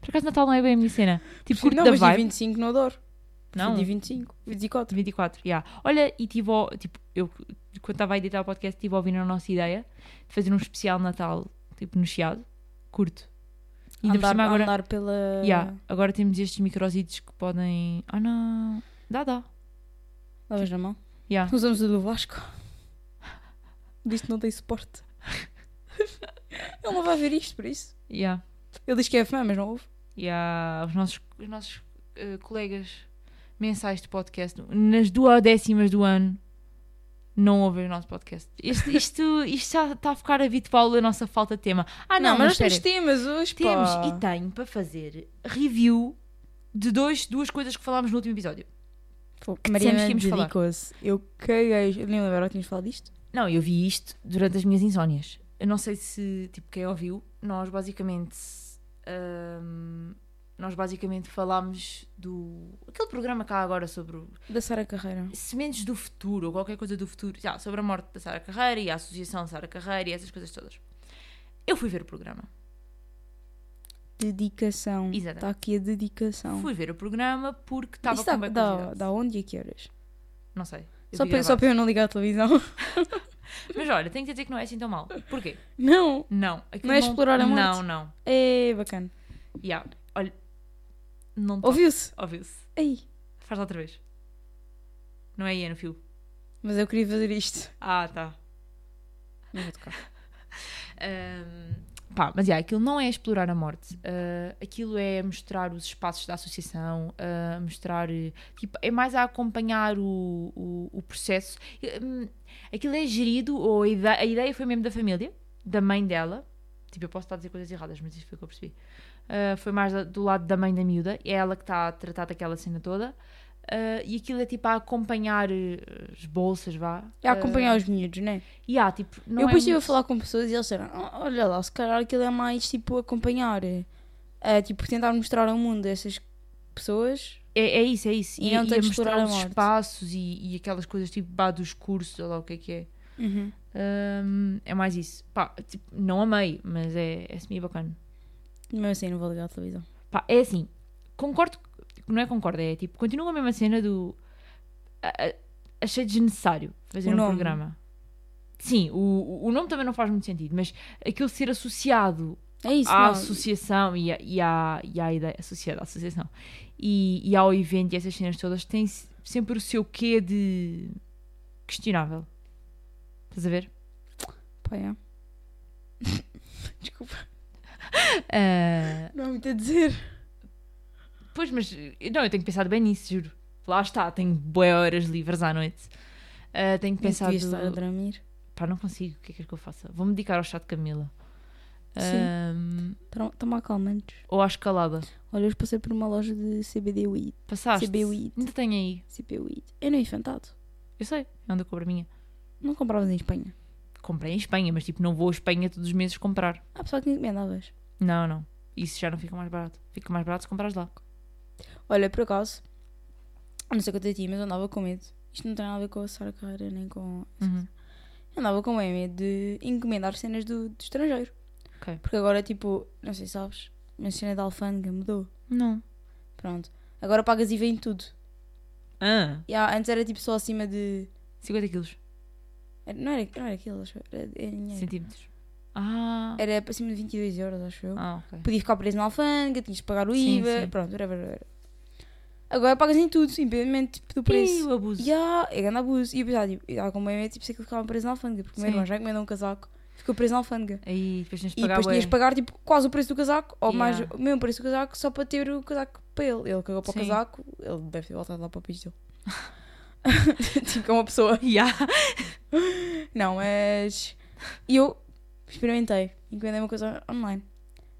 [SPEAKER 1] Por acaso Natal não é bem a minha cena. Tipo, curto
[SPEAKER 2] não,
[SPEAKER 1] da
[SPEAKER 2] mas dia
[SPEAKER 1] vibe.
[SPEAKER 2] 25 não adoro.
[SPEAKER 1] Não?
[SPEAKER 2] Dia 25, 24.
[SPEAKER 1] 24, já. Olha, e tive, ao- tipo, eu quando estava a editar o podcast, estive a ouvir a nossa ideia de fazer um especial Natal, tipo, no Chiado, curto. E ainda por
[SPEAKER 2] andar,
[SPEAKER 1] cima agora,
[SPEAKER 2] andar pela.
[SPEAKER 1] já, agora temos estes micrositos que podem. Ah, não, dá, dá.
[SPEAKER 2] Lavas na mão.
[SPEAKER 1] já.
[SPEAKER 2] Usamos o do Vasco. Diz que não tem suporte. Ele não vai ver isto, por isso.
[SPEAKER 1] já,
[SPEAKER 2] Ele diz que é fã, mas não ouve.
[SPEAKER 1] já. Os nossos, os nossos eh, colegas mensais de podcast, nas duodécimas do ano, não ouvem o nosso podcast. Isto, isto, isto já está a ficar habitual a nossa falta de tema. Ah, não, mas,
[SPEAKER 2] nós temos
[SPEAKER 1] espera.
[SPEAKER 2] temas hoje,
[SPEAKER 1] Temos
[SPEAKER 2] pá.
[SPEAKER 1] e tá. tenho para fazer review de dois, duas coisas que falámos no último episódio.
[SPEAKER 2] Pô,
[SPEAKER 1] que
[SPEAKER 2] Mariana
[SPEAKER 1] dissemos que íamos falar.
[SPEAKER 2] dedicou-se. Eu caguei. Eu nem lembro agora que tínhamos falado disto.
[SPEAKER 1] Não, eu vi isto durante as minhas insónias. Eu não sei se, tipo, quem ouviu, nós basicamente. hum, nós basicamente falámos do. aquele programa cá agora sobre o-
[SPEAKER 2] Da Sara Carreira.
[SPEAKER 1] sementes do futuro ou qualquer coisa do futuro. Já, sobre a morte da Sara Carreira e a associação Sara Carreira e essas coisas todas. Eu fui ver o programa.
[SPEAKER 2] Dedicação.
[SPEAKER 1] Exatamente.
[SPEAKER 2] Está aqui a dedicação. tá
[SPEAKER 1] Fui ver o programa porque estava
[SPEAKER 2] Isso dá,
[SPEAKER 1] com bem
[SPEAKER 2] dá,
[SPEAKER 1] curiosidade.
[SPEAKER 2] dá onde e a que horas?
[SPEAKER 1] Não sei. Eu
[SPEAKER 2] Só
[SPEAKER 1] vi
[SPEAKER 2] para, só
[SPEAKER 1] gravar.
[SPEAKER 2] para eu não ligar a televisão.
[SPEAKER 1] Mas olha, tenho que dizer que não é assim tão mal. Porquê?
[SPEAKER 2] Não.
[SPEAKER 1] Não. aquilo
[SPEAKER 2] Não é explorar a morte?
[SPEAKER 1] Não, não.
[SPEAKER 2] É bacana.
[SPEAKER 1] Então. Yeah. Olha, não toques.
[SPEAKER 2] Ouviu-se?
[SPEAKER 1] Óbvio-se.
[SPEAKER 2] Aí.
[SPEAKER 1] Faz lá outra vez. Não é aí, é no fio.
[SPEAKER 2] Mas eu queria fazer isto.
[SPEAKER 1] Ah, tá.
[SPEAKER 2] Não vou tocar.
[SPEAKER 1] Ahm, pá, mas yeah, aquilo não é explorar a morte. Ah, aquilo é mostrar os espaços da associação, ah, mostrar. eh, Tipo, é mais a acompanhar o, o, o processo. E, hum, aquilo é gerido, ou a ideia, a ideia foi mesmo da família, da mãe dela. Tipo, eu posso estar a dizer coisas erradas, mas isto foi o que eu percebi. Ah, foi mais da- do lado da mãe da miúda, é ela que está a tratar daquela cena toda. Ah, e aquilo é tipo a acompanhar eh, as bolsas, vá.
[SPEAKER 2] É acompanhar os miúdos, não é?
[SPEAKER 1] Ah, e há, tipo, não é
[SPEAKER 2] eu depois estive a
[SPEAKER 1] muito-
[SPEAKER 2] falar com pessoas e eles disseram: "Ah, Olha lá, se calhar aquilo é mais tipo acompanhar. É, tipo, tentar mostrar ao mundo essas pessoas.
[SPEAKER 1] É, é isso, é isso.
[SPEAKER 2] E
[SPEAKER 1] E,
[SPEAKER 2] não
[SPEAKER 1] e
[SPEAKER 2] tem
[SPEAKER 1] a
[SPEAKER 2] que explorar
[SPEAKER 1] mostrar
[SPEAKER 2] a
[SPEAKER 1] os
[SPEAKER 2] morte.
[SPEAKER 1] espaços e, e aquelas coisas tipo bah, dos cursos, ou lá o que é que é.
[SPEAKER 2] Uhum.
[SPEAKER 1] Hum, é mais isso. Pá, tipo, não amei, mas é, é semi bacana.
[SPEAKER 2] Mesmo assim, não vou ligar a televisão.
[SPEAKER 1] Pá, é assim, concordo, não é concordo, é tipo, continua a mesma cena do. a- a- achei desnecessário fazer
[SPEAKER 2] O
[SPEAKER 1] um
[SPEAKER 2] nome.
[SPEAKER 1] programa. Sim, o, o nome também não faz muito sentido, mas aquilo ser associado
[SPEAKER 2] É isso,
[SPEAKER 1] à
[SPEAKER 2] não.
[SPEAKER 1] associação e, a- e, à, e à ideia associada à associação e, e ao evento e essas cenas todas tem se- sempre o seu quê de questionável. Estás a ver?
[SPEAKER 2] Pá, é. Desculpa,
[SPEAKER 1] Ah,
[SPEAKER 2] não há muito a dizer.
[SPEAKER 1] pois, mas eh, não, eu tenho pensado bem nisso, juro. Lá está, tenho boas horas livres à noite. Ah, tenho pensado.
[SPEAKER 2] Devias estar a dormir.
[SPEAKER 1] Pá, não consigo, o que é que, é que eu faço? Vou-me dedicar ao chá de Camila. Ah,
[SPEAKER 2] Sim. Tão- Toma calmantes.
[SPEAKER 1] ou à escalada.
[SPEAKER 2] Olha, hoje passei por uma loja de CBD Weed.
[SPEAKER 1] Passaste?
[SPEAKER 2] CB Weed.
[SPEAKER 1] Ainda tenho aí.
[SPEAKER 2] CBD Weed. É no infantado.
[SPEAKER 1] Eu sei, é onde eu cobro a minha.
[SPEAKER 2] Não compravas em Espanha.
[SPEAKER 1] Comprei em Espanha, mas tipo, não vou a Espanha todos os meses comprar.
[SPEAKER 2] Ah, pessoal, que encomendavas.
[SPEAKER 1] Não, não. Isso já não fica mais barato. Fica mais barato se comprares lá.
[SPEAKER 2] Olha, por acaso, não sei quanto a ti, mas eu andava com medo. Isto não tem nada a ver com a Sara Carreira nem com.
[SPEAKER 1] Uhum.
[SPEAKER 2] Eu andava com bem medo de encomendar cenas do, do estrangeiro.
[SPEAKER 1] Ok.
[SPEAKER 2] Porque agora, tipo, não sei se sabes, mas a cena da alfândega mudou.
[SPEAKER 1] Não.
[SPEAKER 2] Pronto. Agora pagas IVA em tudo.
[SPEAKER 1] Ah,
[SPEAKER 2] E há- antes era tipo só acima de.
[SPEAKER 1] 50 quilos.
[SPEAKER 2] era- Não era, não era aquilo, acho eu. Era, era, dinheiro.
[SPEAKER 1] Centímetros. Ah.
[SPEAKER 2] era acima de 22 euros, acho eu.
[SPEAKER 1] Ah, ok.
[SPEAKER 2] Podia ficar preso na alfândega, tinhas de pagar o
[SPEAKER 1] Sim,
[SPEAKER 2] IVA,
[SPEAKER 1] sim.
[SPEAKER 2] pronto, whatever, whatever. Agora pagas em tudo, simplesmente tipo, do preço.
[SPEAKER 1] Ih, o abuso.
[SPEAKER 2] Ya, é grande abuso. E eu pensava, tipo, eu estava com medo, tipo, sei que ele ficava preso na alfândega. Porque o meu
[SPEAKER 1] Sim.
[SPEAKER 2] irmão já encomendou um casaco, ficou preso na alfândega.
[SPEAKER 1] Aí depois tens de
[SPEAKER 2] E
[SPEAKER 1] pagar
[SPEAKER 2] depois tinhas de
[SPEAKER 1] bué.
[SPEAKER 2] pagar, tipo, quase o preço do casaco, ou mais
[SPEAKER 1] Ya.
[SPEAKER 2] o mesmo preço do casaco, só para ter o casaco para ele. Ele cagou para
[SPEAKER 1] Sim.
[SPEAKER 2] o casaco, ele deve ter voltado lá para o país dele. tipo, é uma pessoa.
[SPEAKER 1] Yeah.
[SPEAKER 2] Não, mas. E eu experimentei, encomendei uma coisa online.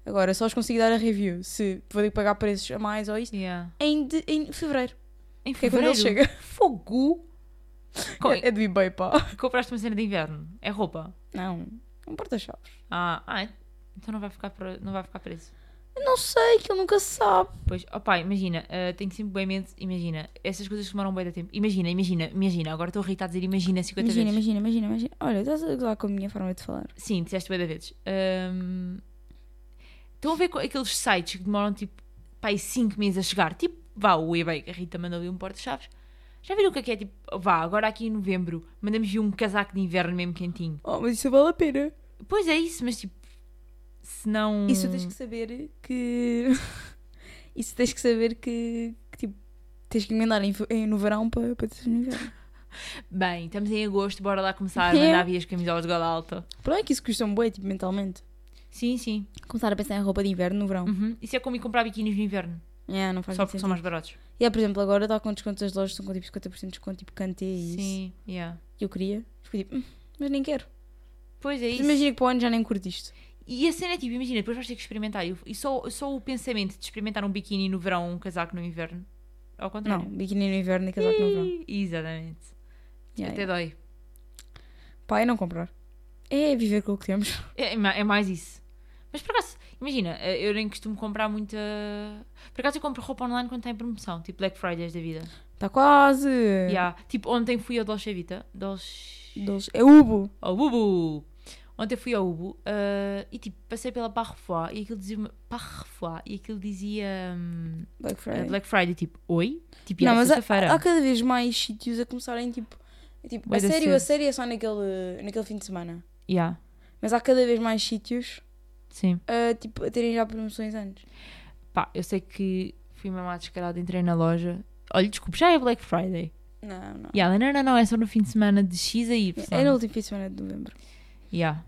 [SPEAKER 2] Agora, só os consigo dar a review se vou ter que pagar preços a mais ou isto
[SPEAKER 1] Yeah.
[SPEAKER 2] em, de- em fevereiro.
[SPEAKER 1] Em
[SPEAKER 2] Que é quando ele
[SPEAKER 1] fevereiro.
[SPEAKER 2] chega.
[SPEAKER 1] Fogo. Co-
[SPEAKER 2] É do eBay, pá.
[SPEAKER 1] Compraste uma cena de inverno. É roupa.
[SPEAKER 2] Não, é um porta-chaves.
[SPEAKER 1] Ah, ah, então não vai ficar, pro- não vai ficar preso.
[SPEAKER 2] Não sei, que ele nunca se sabe.
[SPEAKER 1] Pois, opá, imagina, ah, tenho sempre bem em mente, imagina, essas coisas demoram bem da tempo. Imagina, imagina, imagina, agora estou a irritar a dizer imagina 50
[SPEAKER 2] Imagina,
[SPEAKER 1] vezes.
[SPEAKER 2] imagina, imagina, imagina. Olha, estás a gozar com a minha forma de falar.
[SPEAKER 1] Sim, disseste bem da vezes. Ahm, Estão a ver co- aqueles sites que demoram tipo 5 meses a chegar? Tipo, vá, o eBay, que a Rita mandou ali um porta-chaves. Já viram o que é que é? Tipo, vá, agora aqui em novembro, mandamos vir um casaco de inverno mesmo quentinho.
[SPEAKER 2] Oh, mas isso vale a pena.
[SPEAKER 1] Pois é isso, mas tipo, se não.
[SPEAKER 2] Isso tens que saber que. isso tens que saber que, que, tipo, tens que emendar em, fe- em- no verão para para ter no inverno.
[SPEAKER 1] Bem, estamos em agosto, bora lá começar a
[SPEAKER 2] É.
[SPEAKER 1] mandar vir as camisolas de gola alta.
[SPEAKER 2] O problema é que isso custa um boi, tipo, mentalmente.
[SPEAKER 1] Sim, sim.
[SPEAKER 2] Começar a pensar em roupa de inverno no verão.
[SPEAKER 1] Uhum. Isso é como ir comprar biquínis no inverno,
[SPEAKER 2] É, não faz
[SPEAKER 1] só
[SPEAKER 2] muito
[SPEAKER 1] porque
[SPEAKER 2] sentido.
[SPEAKER 1] são mais baratos.
[SPEAKER 2] E é, por exemplo, agora está com descontos das lojas, estão com tipo 50% de desconto, tipo Kanté e isso.
[SPEAKER 1] Sim, yeah.
[SPEAKER 2] E eu queria. Fiquei tipo, "Hum, mas nem quero.
[SPEAKER 1] Pois é isso.
[SPEAKER 2] Imagina que para o ano já nem curto isto.
[SPEAKER 1] E a cena é tipo, imagina, depois vais ter que experimentar. E o- E só, só o pensamento de experimentar um biquíni no verão, um casaco no inverno. Ao
[SPEAKER 2] Não,
[SPEAKER 1] contrário.
[SPEAKER 2] biquíni no inverno e casaco no verão.
[SPEAKER 1] Ih, Exatamente.
[SPEAKER 2] Yeah,
[SPEAKER 1] Até dói.
[SPEAKER 2] Pá, é não comprar. É viver com o que temos.
[SPEAKER 1] É, é ma- é mais isso. Mas por acaso, imagina, eh, eu nem costumo comprar muita. Por acaso eu compro roupa online quando está em promoção, tipo Black Fridays da vida.
[SPEAKER 2] Está Tá quase.
[SPEAKER 1] Yeah. Tipo, ontem fui ao Dolce Vita. Dolce.
[SPEAKER 2] Doce. É Ubo.
[SPEAKER 1] Ao Bubu! Ontem fui ao Ubu ah, e tipo, passei pela Parfois e aquilo dizia Parfois e aquilo dizia hum,
[SPEAKER 2] Black
[SPEAKER 1] eh,
[SPEAKER 2] Friday.
[SPEAKER 1] Black Friday, tipo, oi? Tipo,
[SPEAKER 2] Não,
[SPEAKER 1] não,
[SPEAKER 2] mas há,
[SPEAKER 1] sexta-feira.
[SPEAKER 2] há cada vez mais sítios a começarem tipo. tipo a
[SPEAKER 1] Bué da
[SPEAKER 2] sério,
[SPEAKER 1] cedo.
[SPEAKER 2] a sério é só naquele, naquele fim de semana.
[SPEAKER 1] Yeah,
[SPEAKER 2] Mas há cada vez mais sítios
[SPEAKER 1] sim.
[SPEAKER 2] a, tipo, a terem já promoções antes.
[SPEAKER 1] Pá, eu sei que fui mesmo à descarada, entrei na loja. Olha, desculpe, já é Black Friday.
[SPEAKER 2] Não, não.
[SPEAKER 1] E ela, não, não, não, é só no fim de semana de X a Y.
[SPEAKER 2] É no último fim de semana de novembro.
[SPEAKER 1] Yeah.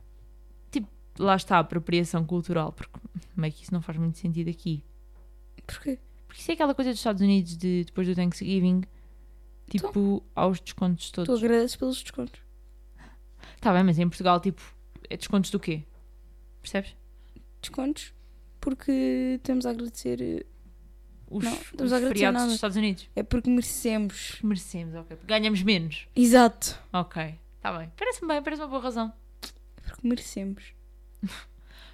[SPEAKER 1] Tipo, lá está a apropriação cultural, porque meio que isso não faz muito sentido aqui.
[SPEAKER 2] Porquê?
[SPEAKER 1] Porque isso é aquela coisa dos Estados Unidos de depois do Thanksgiving, tipo, aos descontos
[SPEAKER 2] Tu
[SPEAKER 1] todos.
[SPEAKER 2] agradeces pelos descontos.
[SPEAKER 1] Tá bem, mas em Portugal, tipo, é descontos do quê? Percebes?
[SPEAKER 2] Descontos? Porque estamos a agradecer. eh,
[SPEAKER 1] Os,
[SPEAKER 2] Não,
[SPEAKER 1] os
[SPEAKER 2] estamos a agradecer
[SPEAKER 1] feriados
[SPEAKER 2] nada.
[SPEAKER 1] dos Estados Unidos.
[SPEAKER 2] É porque merecemos.
[SPEAKER 1] Merecemos, ok. Ganhamos menos.
[SPEAKER 2] Exato.
[SPEAKER 1] Ok, tá bem. Parece-me bem, parece uma boa razão.
[SPEAKER 2] Porque merecemos.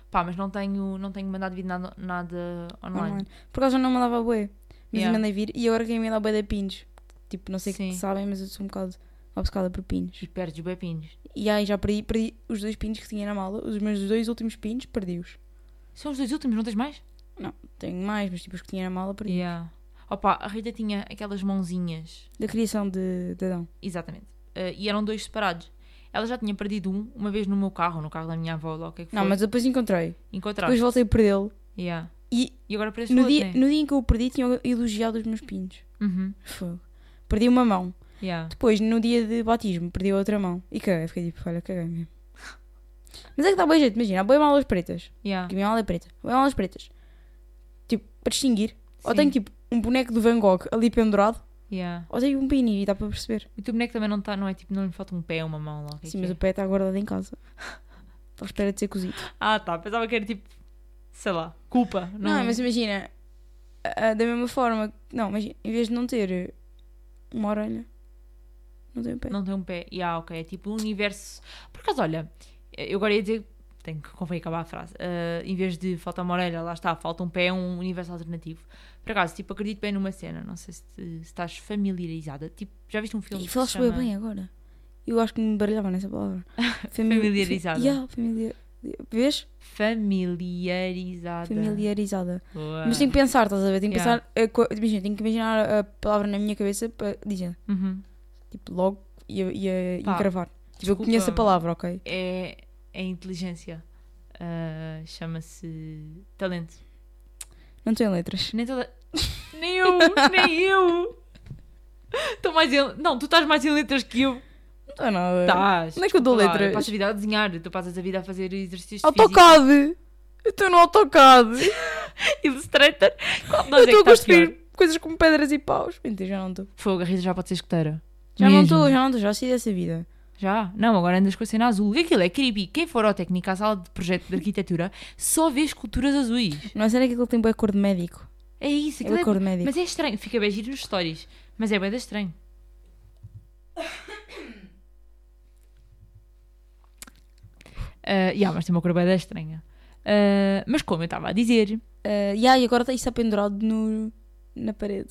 [SPEAKER 1] Pá, mas não tenho, não tenho mandado vir nada, nada online.
[SPEAKER 2] Online. Por acaso eu não mandava bué. Mas
[SPEAKER 1] Yeah.
[SPEAKER 2] eu mandei vir. E agora quem me dá bué da pins. Tipo, não sei
[SPEAKER 1] Sim.
[SPEAKER 2] que sabem, mas eu sou um bocado obcecada por pins.
[SPEAKER 1] E perdes bem pinos.
[SPEAKER 2] E aí já perdi, perdi os dois pins que tinha na mala, os meus dois últimos pins, perdi-os.
[SPEAKER 1] São os dois últimos, não tens mais?
[SPEAKER 2] Tenho mais, mas tipo os que tinha na mala, perdi.
[SPEAKER 1] Yeah. Opa, a Rita tinha aquelas mãozinhas.
[SPEAKER 2] Da criação de, de Adão.
[SPEAKER 1] Exatamente. Eh, e eram dois separados. Ela já tinha perdido um uma vez no meu carro, no carro da minha avó, lá o que é que foi. Tá.
[SPEAKER 2] Não, mas depois encontrei.
[SPEAKER 1] Encontraste.
[SPEAKER 2] Depois voltei a perdê-lo.
[SPEAKER 1] Yeah.
[SPEAKER 2] E
[SPEAKER 1] E agora perdeste
[SPEAKER 2] no
[SPEAKER 1] outro,
[SPEAKER 2] dia,
[SPEAKER 1] né?
[SPEAKER 2] no dia em que eu o perdi, tinham elogiado os meus pins.
[SPEAKER 1] Uhum.
[SPEAKER 2] Fogo. Perdi uma mão.
[SPEAKER 1] Yeah.
[SPEAKER 2] Depois, no dia de batismo, perdi a outra mão. E caguei, fiquei tipo, olha, caguei mesmo. Mas é que dá bem jeito, imagina, há boas malas pretas.
[SPEAKER 1] Yeah.
[SPEAKER 2] Porque a minha mala é preta. Há boas malas pretas. Tipo, para distinguir. Ou
[SPEAKER 1] Sim.
[SPEAKER 2] tenho tipo um boneco do Van Gogh ali pendurado,
[SPEAKER 1] Yeah.
[SPEAKER 2] ou tenho um pini e dá para perceber.
[SPEAKER 1] O teu boneco também não está, não é tipo, não lhe falta um pé, uma mão lá. o que é
[SPEAKER 2] Sim,
[SPEAKER 1] que
[SPEAKER 2] mas
[SPEAKER 1] é?
[SPEAKER 2] o pé está guardado em casa. Está à espera de ser cozido.
[SPEAKER 1] Ah, tá. Pensava que era tipo, sei lá, culpa. Não, é?
[SPEAKER 2] Não, mas imagina, ah, ah, da mesma forma, não, imagina, em vez de não ter eh, uma orelha, não tem um pé.
[SPEAKER 1] não tem um pé. E ah, ok, é tipo um universo. Por acaso, olha, eu agora ia dizer, tenho que convém acabar a frase. Ah, em vez de falta uma orelha, lá está, falta um pé, é um universo alternativo. Por acaso, tipo, acredito bem numa cena, não sei se, te- se estás familiarizada. Tipo, já viste um filme
[SPEAKER 2] e
[SPEAKER 1] que se
[SPEAKER 2] falaste
[SPEAKER 1] chama...
[SPEAKER 2] bem, é. bem agora. Eu acho que me baralhava nessa palavra. Famili-
[SPEAKER 1] Familiarizada.
[SPEAKER 2] Fa- yeah, familiar- Vês?
[SPEAKER 1] Familiarizada.
[SPEAKER 2] Familiarizada.
[SPEAKER 1] Boa.
[SPEAKER 2] Mas tenho que pensar, estás a ver? Tenho que
[SPEAKER 1] Yeah.
[SPEAKER 2] pensar. a co- imagina, tenho que imaginar a palavra na minha cabeça para dizer,
[SPEAKER 1] Uhum.
[SPEAKER 2] tipo, logo e a- e a
[SPEAKER 1] Pá,
[SPEAKER 2] encravar. Tipo, eu
[SPEAKER 1] desculpa,
[SPEAKER 2] conheço a palavra, ok?
[SPEAKER 1] É, é inteligência. Ah, Chama-se talento.
[SPEAKER 2] Não tenho letras.
[SPEAKER 1] Nem toda. nem eu! Nem eu! Estou mais em... Não, tu estás mais em letras que eu.
[SPEAKER 2] Não estou nada.
[SPEAKER 1] Estás.
[SPEAKER 2] Onde é que eu dou
[SPEAKER 1] Claro,
[SPEAKER 2] letras?
[SPEAKER 1] Passas a vida a desenhar, tu passas a vida a fazer exercícios de
[SPEAKER 2] AutoCAD! Eu estou no AutoCAD!
[SPEAKER 1] física. Illustrator. Qual de nós
[SPEAKER 2] eu
[SPEAKER 1] é que
[SPEAKER 2] estou a
[SPEAKER 1] está
[SPEAKER 2] construir
[SPEAKER 1] pior?
[SPEAKER 2] coisas como pedras e paus. Mentira, já não estou.
[SPEAKER 1] Fogo, a Rita já pode ser escoteira.
[SPEAKER 2] Já não
[SPEAKER 1] Mesmo.
[SPEAKER 2] estou, já não estou, já saí dessa vida.
[SPEAKER 1] Já? Não, agora andas com a cena azul. Aquilo é creepy. Quem for ao técnico à sala de projeto de arquitetura só vê esculturas azuis.
[SPEAKER 2] Não é sério que aquele tem boa cor de médico.
[SPEAKER 1] É isso.
[SPEAKER 2] É
[SPEAKER 1] Aquilo
[SPEAKER 2] boa
[SPEAKER 1] é...
[SPEAKER 2] cor de médico.
[SPEAKER 1] Mas é estranho. Fica bem giro nos stories. Mas é bem estranho. Ah, yeah, mas tem uma cor bem estranha. Ah, mas como eu estava a dizer,
[SPEAKER 2] Ah, e ai, agora isto está pendurado no, na parede.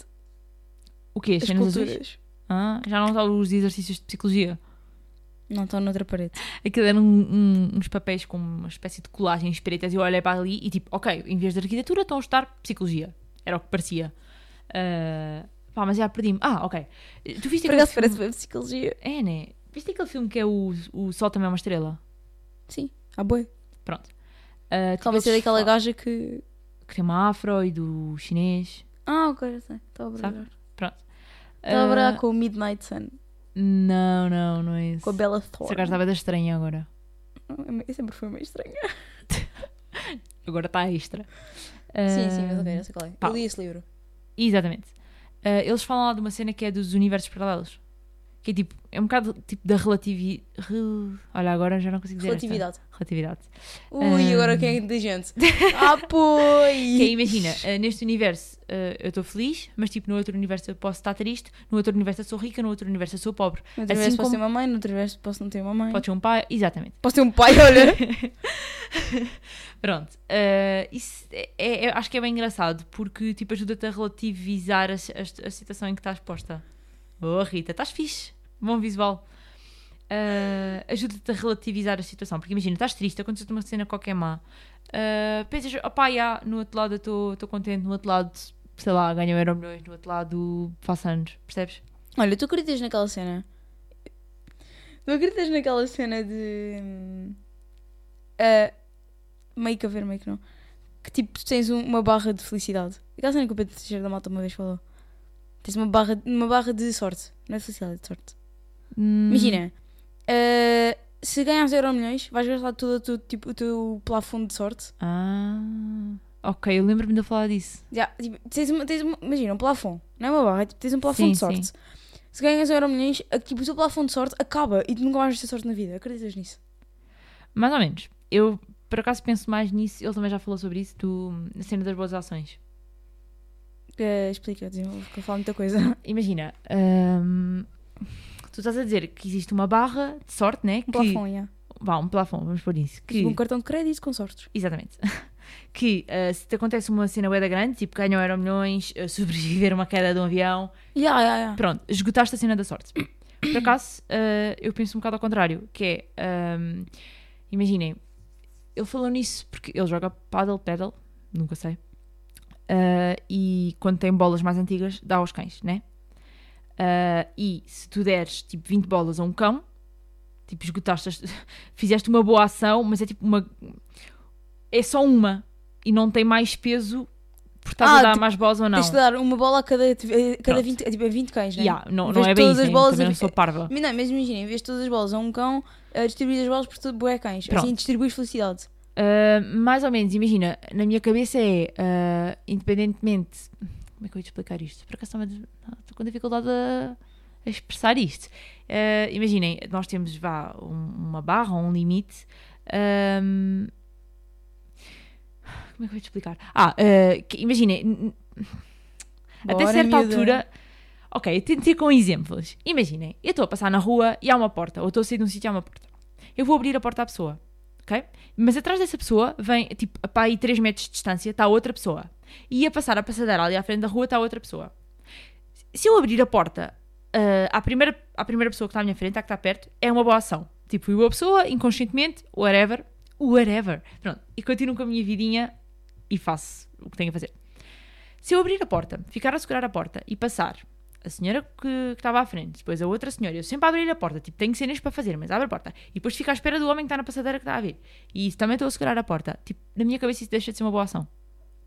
[SPEAKER 1] o quê? As,
[SPEAKER 2] As
[SPEAKER 1] cenas azuis?
[SPEAKER 2] culturas.
[SPEAKER 1] Ah, já não estão os exercícios de psicologia.
[SPEAKER 2] Não, estão noutra parede.
[SPEAKER 1] Aquilo eram um- uns papéis com uma espécie de colagens pretas. E eu olhei para ali e tipo, ok, em vez de arquitetura estão a estudar psicologia. Era o que parecia. Ah, pá, mas já perdi-me. Ah, ok. Tu viste aquele
[SPEAKER 2] Por acaso
[SPEAKER 1] filme...
[SPEAKER 2] parece bem psicologia.
[SPEAKER 1] É, né? Viste aquele filme que é o, o Sol Também é uma Estrela?
[SPEAKER 2] Sim, há ah, boi.
[SPEAKER 1] Pronto. Ah, tipo,
[SPEAKER 2] Talvez seja
[SPEAKER 1] eles
[SPEAKER 2] daquela
[SPEAKER 1] falam-
[SPEAKER 2] gaja que.
[SPEAKER 1] Que tem uma afro e do chinês.
[SPEAKER 2] Ah, ok, já sei. Estou a
[SPEAKER 1] Sabe?
[SPEAKER 2] brincar. Estou a
[SPEAKER 1] Ah,
[SPEAKER 2] brincar com o Midnight Sun,
[SPEAKER 1] não, não, não é isso.
[SPEAKER 2] com a Bella
[SPEAKER 1] Essa
[SPEAKER 2] Thorne.
[SPEAKER 1] cara estava da estranha agora.
[SPEAKER 2] Ah, é meio- sempre foi meio estranha.
[SPEAKER 1] Agora está extra.
[SPEAKER 2] Sim, sim,
[SPEAKER 1] Ah,
[SPEAKER 2] mas ok, já sei qual é.
[SPEAKER 1] pá.
[SPEAKER 2] Eu li esse livro.
[SPEAKER 1] Exatamente. Ah, eles falam lá de uma cena que é dos universos paralelos. Que é tipo, é um bocado tipo da relatividade. Olha, agora já não consigo dizer. esta.
[SPEAKER 2] Relatividade.
[SPEAKER 1] Relatividade.
[SPEAKER 2] Ui, agora quem é inteligente? ah, pois!
[SPEAKER 1] Que é, imagina, ah, neste universo ah, eu estou feliz, mas tipo no outro universo eu posso estar triste, no outro universo eu sou rica, no outro universo eu sou pobre.
[SPEAKER 2] No outro
[SPEAKER 1] Assim
[SPEAKER 2] verso posso
[SPEAKER 1] como-
[SPEAKER 2] ter uma mãe, no outro verso posso não ter uma mãe.
[SPEAKER 1] Pode ser um pai, exatamente.
[SPEAKER 2] Posso ter um pai, olha.
[SPEAKER 1] Pronto, ah, isso é, é- acho que é bem engraçado porque tipo ajuda-te a relativizar as- as- a, situação em que estás posta. Oh Rita, estás fixe, bom visual. ah, ajuda-te a relativizar a situação. Porque imagina, estás triste, aconteceu-te uma cena qualquer má. Ah, pensas, opá, já, no outro lado eu estou contente, no outro lado, sei lá, ganho um euro milhões, no outro lado faço anos, percebes?
[SPEAKER 2] Olha, tu acreditas naquela cena? Tu acreditas naquela cena de. hum, ah, meio que a ver, meio que não. Que tipo, tu tens um- uma barra de felicidade. Aquela cena que o Pedro Teixeira da Malta uma vez falou. Tens uma barra, uma barra de sorte. Não é felicidade, é de sorte.
[SPEAKER 1] Hum,
[SPEAKER 2] Imagina, ah, se ganhas euro milhões, vais gastar todo o teu, tipo, o teu plafond de sorte.
[SPEAKER 1] Ah, ok, eu lembro-me de eu falar disso.
[SPEAKER 2] Já, tipo, tens uma, tens uma- imagina, um plafond. Não é uma barra, é tipo, tens um plafond
[SPEAKER 1] Sim,
[SPEAKER 2] de sorte. Se ganhas um euro milhões, a- tipo, o teu plafond de sorte acaba e tu nunca mais vais ter sorte na vida. Acreditas nisso?
[SPEAKER 1] Mais ou menos. Eu, por acaso, penso mais nisso. Ele também já falou sobre isso, do, na cena das boas ações.
[SPEAKER 2] Eh, explica, desenvolve, que eu falo muita coisa.
[SPEAKER 1] Imagina, hum, tu estás a dizer que existe uma barra de sorte, né? que-
[SPEAKER 2] Um plafond, já.
[SPEAKER 1] Vá, um plafond, vamos pôr isso. Que,
[SPEAKER 2] Tipo, um cartão de crédito com sorte.
[SPEAKER 1] Exatamente. Que ah, se te acontece uma cena bué da grande, tipo ganham euro milhões, eh, sobreviver a uma queda de um avião,
[SPEAKER 2] Já, já, já.
[SPEAKER 1] pronto, esgotaste a cena da sorte. Por acaso, ah, eu penso um bocado ao contrário, que é, ahm, imaginem, ele falou nisso porque ele joga paddle, pedal, nunca sei, ah, e quando tem bolas mais antigas, dá aos cães, né? Ah, e se tu deres, tipo, 20 bolas a um cão, tipo, esgotaste, as- fizeste uma boa ação, mas é tipo uma... É só uma, e não tem mais peso por estás
[SPEAKER 2] Ah,
[SPEAKER 1] a dar
[SPEAKER 2] tipo,
[SPEAKER 1] mais bolas ou não.
[SPEAKER 2] Tens de dar uma bola a cada, a cada
[SPEAKER 1] Pronto.
[SPEAKER 2] 20, é, tipo, a 20 cães, né?
[SPEAKER 1] Yeah, não,
[SPEAKER 2] Em
[SPEAKER 1] não
[SPEAKER 2] vez
[SPEAKER 1] é
[SPEAKER 2] de
[SPEAKER 1] bem
[SPEAKER 2] todas
[SPEAKER 1] isso,
[SPEAKER 2] as
[SPEAKER 1] né?
[SPEAKER 2] bolas
[SPEAKER 1] também
[SPEAKER 2] a-
[SPEAKER 1] não sou parva.
[SPEAKER 2] Mas Não, mas imagina, em vez de todas as bolas a um cão, eh, distribuís as bolas por todo bué cães.
[SPEAKER 1] Pronto.
[SPEAKER 2] Assim distribuís felicidade.
[SPEAKER 1] Ah, mais ou menos, imagina, na minha cabeça é, ah, independentemente. Como é que eu ia te explicar isto? Por acaso também estou com dificuldade a, a expressar isto. Ah, imaginem, nós temos vá, um- uma barra, um limite. ahm, como é que eu ia te explicar? Ah, ah, que- imaginem, n- n- até
[SPEAKER 2] Bora,
[SPEAKER 1] certa
[SPEAKER 2] miúda.
[SPEAKER 1] altura. Ok, eu tentei com exemplos. Imaginem, eu estou a passar na rua e há uma porta, ou estou a sair de um sítio e há uma porta. Eu vou abrir a porta à pessoa, ok? Mas atrás dessa pessoa vem, tipo, a pá, aí 3 metros de distância está outra pessoa. E a passar a passadeira ali à frente da rua está outra pessoa. Se eu abrir a porta ah, à, primeira, à primeira pessoa que está à minha frente, à que está perto, é uma boa ação. Tipo, eu a pessoa, inconscientemente, whatever, whatever. Pronto, e continuo com a minha vidinha e faço o que tenho a fazer. Se eu abrir a porta, ficar a segurar a porta e passar a senhora que, que estava à frente, depois a outra senhora, eu sempre abro a porta, tipo, tenho cenas para fazer, mas abro a porta. E depois fico à espera do homem que está na passadeira que está a vir. E isso também estou a segurar a porta. Tipo, na minha cabeça isso deixa de ser uma boa ação.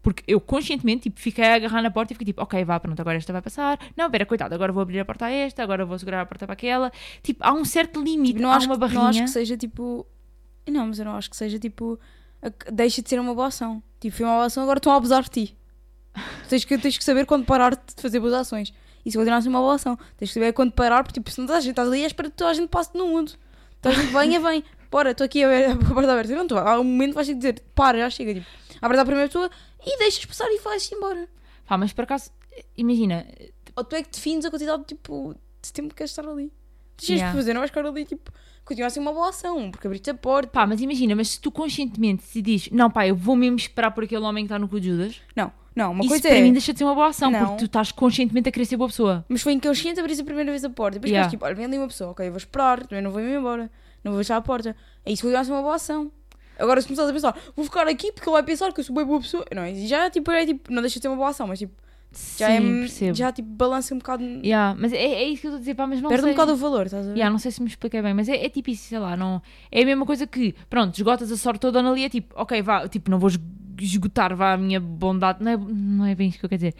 [SPEAKER 1] Porque eu conscientemente, tipo, fiquei a agarrar na porta e fiquei tipo, ok, vá, pronto, agora esta vai passar. Não, pera, coitado, agora vou abrir a porta a esta, agora vou segurar a porta para aquela. Tipo, há um certo limite,
[SPEAKER 2] Tipo, não,
[SPEAKER 1] há
[SPEAKER 2] acho
[SPEAKER 1] uma
[SPEAKER 2] que,
[SPEAKER 1] barrinha.
[SPEAKER 2] não acho que seja tipo. Não, mas eu não acho que seja tipo. a que- Deixa de ser uma boa ação. Tipo, foi uma boa ação, agora estão a abusar de ti. Tu tens, que, tens que saber quando parar de fazer boas ações. E se continuar a ser uma boa ação, tens que saber quando parar, porque tipo, se não estás, estás ali à espera que toda a gente passe no mundo. Toda a gente venha, vem. Bora, estou aqui a ver a porta aberta. Não, tu, há um momento vais ter que dizer, para, já chega. Tipo, abres a primeira pessoa e deixas passar e vais embora.
[SPEAKER 1] Pá, mas por acaso, imagina,
[SPEAKER 2] Ou tu é que defines a quantidade tipo, de tempo que queres estar ali. Tu tens
[SPEAKER 1] Yeah.
[SPEAKER 2] de fazer, não vais ficar ali, tipo, continua a ser uma boa ação, porque abriste a porta.
[SPEAKER 1] pá, mas imagina, mas se tu conscientemente se diz, não, pá, eu vou mesmo esperar por aquele homem que está no cu de Judas,
[SPEAKER 2] Não, não, uma
[SPEAKER 1] isso
[SPEAKER 2] coisa
[SPEAKER 1] para
[SPEAKER 2] é.
[SPEAKER 1] mim deixa de ser uma boa ação,
[SPEAKER 2] Não.
[SPEAKER 1] porque tu estás conscientemente a querer ser boa pessoa.
[SPEAKER 2] Mas foi inconsciente abrir a primeira vez a porta. Depois
[SPEAKER 1] Yeah.
[SPEAKER 2] ficaste tipo, olha, vem ali uma pessoa, ok, eu vou esperar, também não vou ir embora, não vou deixar a porta. É isso que continua a ser uma boa ação. Agora, se começares a pensar, vou ficar aqui porque ele vai pensar que eu sou bem boa pessoa. Não, isso já tipo, é tipo, não deixa de ser uma boa ação, mas tipo, já
[SPEAKER 1] Sim,
[SPEAKER 2] é.
[SPEAKER 1] percebo.
[SPEAKER 2] Já tipo, balança um bocado.
[SPEAKER 1] Yeah, mas é, é isso que eu estou a dizer, pá, mas não
[SPEAKER 2] Perde um
[SPEAKER 1] sei.
[SPEAKER 2] bocado o valor, estás a ver?
[SPEAKER 1] Yeah, não sei se me expliquei bem, mas é, é tipo isso, sei lá, não... É a mesma coisa que, pronto, esgotas a sorte toda ali, é tipo, ok, vá, tipo, não vou es- esgotar, vá, a minha bondade, não é, não é bem isso que eu quero dizer.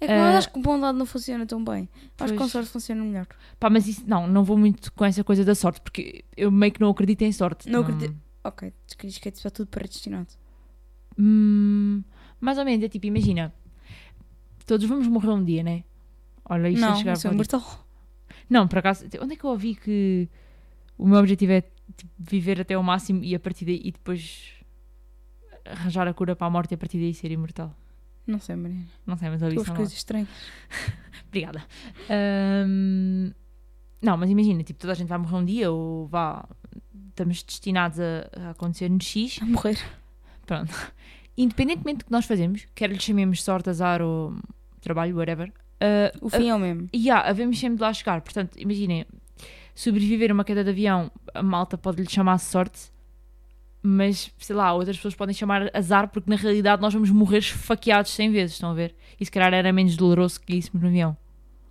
[SPEAKER 2] É que mas
[SPEAKER 1] Eh,
[SPEAKER 2] acho que o bondade não funciona tão bem. Acho que
[SPEAKER 1] pois.
[SPEAKER 2] com sorte funciona melhor.
[SPEAKER 1] Pá, mas isso, não, não vou muito com essa coisa da sorte, porque eu meio que não acredito em sorte.
[SPEAKER 2] Não acredito. Ok, tu querias que é tudo predestinado.
[SPEAKER 1] Hum, mais ou menos, é tipo, imagina, todos vamos morrer um dia, né? Olha, isto a
[SPEAKER 2] não, é
[SPEAKER 1] chegar
[SPEAKER 2] eu sou
[SPEAKER 1] ao dia.
[SPEAKER 2] imortal.
[SPEAKER 1] Não, por acaso, onde é que eu ouvi que o meu objetivo é tipo, viver até ao máximo e a partir daí e depois arranjar a cura para a morte e a partir daí ser imortal?
[SPEAKER 2] Não sei, Mariana.
[SPEAKER 1] Não sei, mas ouvi
[SPEAKER 2] Tu
[SPEAKER 1] isso.
[SPEAKER 2] ouves
[SPEAKER 1] em
[SPEAKER 2] coisas estranhas.
[SPEAKER 1] lá. Obrigada. Hum, não, mas imagina, tipo, toda a gente vai morrer um dia ou vá, estamos destinados a, a acontecer no X.
[SPEAKER 2] A morrer.
[SPEAKER 1] Independentemente do que nós fazemos, quer lhe chamemos sorte, azar ou trabalho, whatever, ah,
[SPEAKER 2] O fim é o mesmo.
[SPEAKER 1] E há, havemos sempre de lá chegar. Portanto, imaginem, sobreviver a uma queda de avião, a malta pode lhe chamar sorte, mas sei lá, outras pessoas podem chamar azar porque na realidade nós vamos morrer esfaqueados 100 vezes, estão a ver? E se calhar era menos doloroso que isso no avião.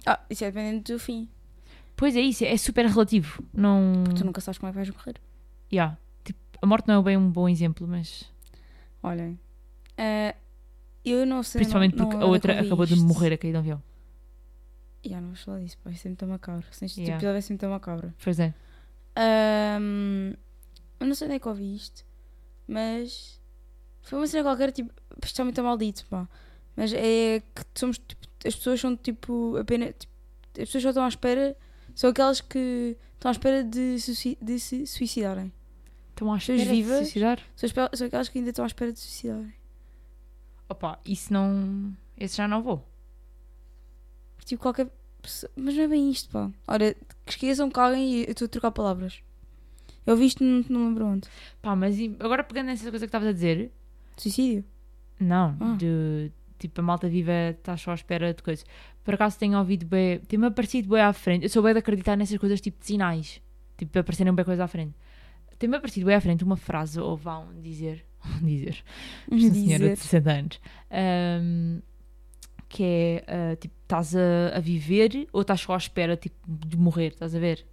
[SPEAKER 2] Ah, isso é dependente do fim.
[SPEAKER 1] Pois é isso, é super relativo. Não.
[SPEAKER 2] Tu nunca sabes como é que vais morrer.
[SPEAKER 1] Yeah. Tipo, a morte não é bem um bom exemplo, mas.
[SPEAKER 2] Olhem. ah, eu não sei.
[SPEAKER 1] Principalmente
[SPEAKER 2] não-
[SPEAKER 1] porque
[SPEAKER 2] não
[SPEAKER 1] a
[SPEAKER 2] ando
[SPEAKER 1] outra
[SPEAKER 2] com
[SPEAKER 1] acabou de
[SPEAKER 2] isto.
[SPEAKER 1] morrer a cair do avião.
[SPEAKER 2] Ya, não vamos falar disso, pá, isso é muito macabro. Se este
[SPEAKER 1] Ya.
[SPEAKER 2] episódio vai ser muito macabro.
[SPEAKER 1] Pois é.
[SPEAKER 2] Ahm, eu não sei onde é que ouvi isto, mas foi uma cena qualquer, tipo, isto está muito maldito, pá. Mas é que somos, tipo, as pessoas são, tipo, apenas, tipo, as pessoas só estão à espera, são aquelas que estão à espera de, suici- de se suicidarem.
[SPEAKER 1] Estão às
[SPEAKER 2] Pessoas
[SPEAKER 1] espera de se
[SPEAKER 2] vivas?
[SPEAKER 1] suicidar?
[SPEAKER 2] São, espe- são aquelas que ainda estão à espera de se suicidarem.
[SPEAKER 1] Opa, isso não. Esse já não vou.
[SPEAKER 2] Tipo, qualquer pessoa, mas não é bem isto, pá. Ora, que esqueçam que alguém, eu estou a trocar palavras. Eu vi isto, não, não lembro onde.
[SPEAKER 1] Pá, mas e- agora pegando nessa coisa que estavas a dizer,
[SPEAKER 2] Suicídio?
[SPEAKER 1] Não,
[SPEAKER 2] Ah.
[SPEAKER 1] de tipo a malta viva está só à espera de coisas. Por acaso tenho ouvido bem, tem-me aparecido bem à frente. Eu sou bem de acreditar nessas coisas tipo de sinais, tipo aparecerem bem coisas à frente. Tem-me aparecido bem à frente uma frase ou vão dizer, um dizer,
[SPEAKER 2] Uhum.
[SPEAKER 1] esta senhora de 60 anos, ahm, que é ah, tipo, estás a, a viver ou estás só à espera tipo, de morrer, estás a ver?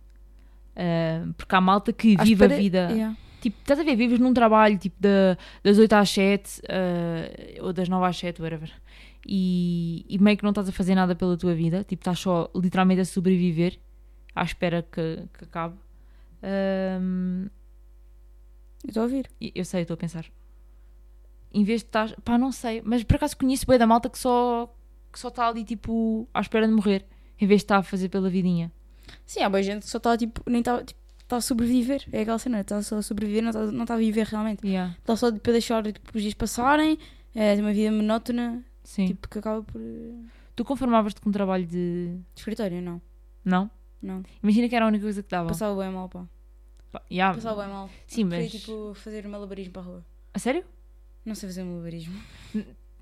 [SPEAKER 1] Ahm, porque há malta que
[SPEAKER 2] À
[SPEAKER 1] vive a
[SPEAKER 2] espera-
[SPEAKER 1] vida.
[SPEAKER 2] Yeah.
[SPEAKER 1] Tipo, estás a ver, vives num trabalho tipo da- das 8 às 7 eh, ou das 9 às 7, whatever, e, e meio que não estás a fazer nada pela tua vida, tipo, estás só literalmente a sobreviver à espera que, que acabe. Ahm,
[SPEAKER 2] Eu estou a ouvir.
[SPEAKER 1] e- eu sei, eu estou a pensar. Em vez de estar, pá, não sei, mas por acaso conheço bem da malta que só que só está ali tipo à espera de morrer, em vez de estar a fazer pela vidinha.
[SPEAKER 2] Sim, há boa gente que só está tipo, nem está tipo, tá a sobreviver. É aquela cena, está só a sobreviver, não está a viver realmente.
[SPEAKER 1] Yeah,
[SPEAKER 2] Está só para deixar tipo, os dias passarem, é, de uma vida monótona,
[SPEAKER 1] sim.
[SPEAKER 2] tipo, que acaba por. eh,
[SPEAKER 1] Tu conformavas-te com um trabalho de.
[SPEAKER 2] de escritório, não.
[SPEAKER 1] Não?
[SPEAKER 2] Não.
[SPEAKER 1] Imagina que era a única coisa que dava.
[SPEAKER 2] Passava bem mal, pá.
[SPEAKER 1] Pá, yeah.
[SPEAKER 2] Passava bem mal.
[SPEAKER 1] Ah, Sim,
[SPEAKER 2] Foi
[SPEAKER 1] mas.
[SPEAKER 2] tipo fazer malabarismo para a rua.
[SPEAKER 1] A sério?
[SPEAKER 2] Não sei fazer malabarismo.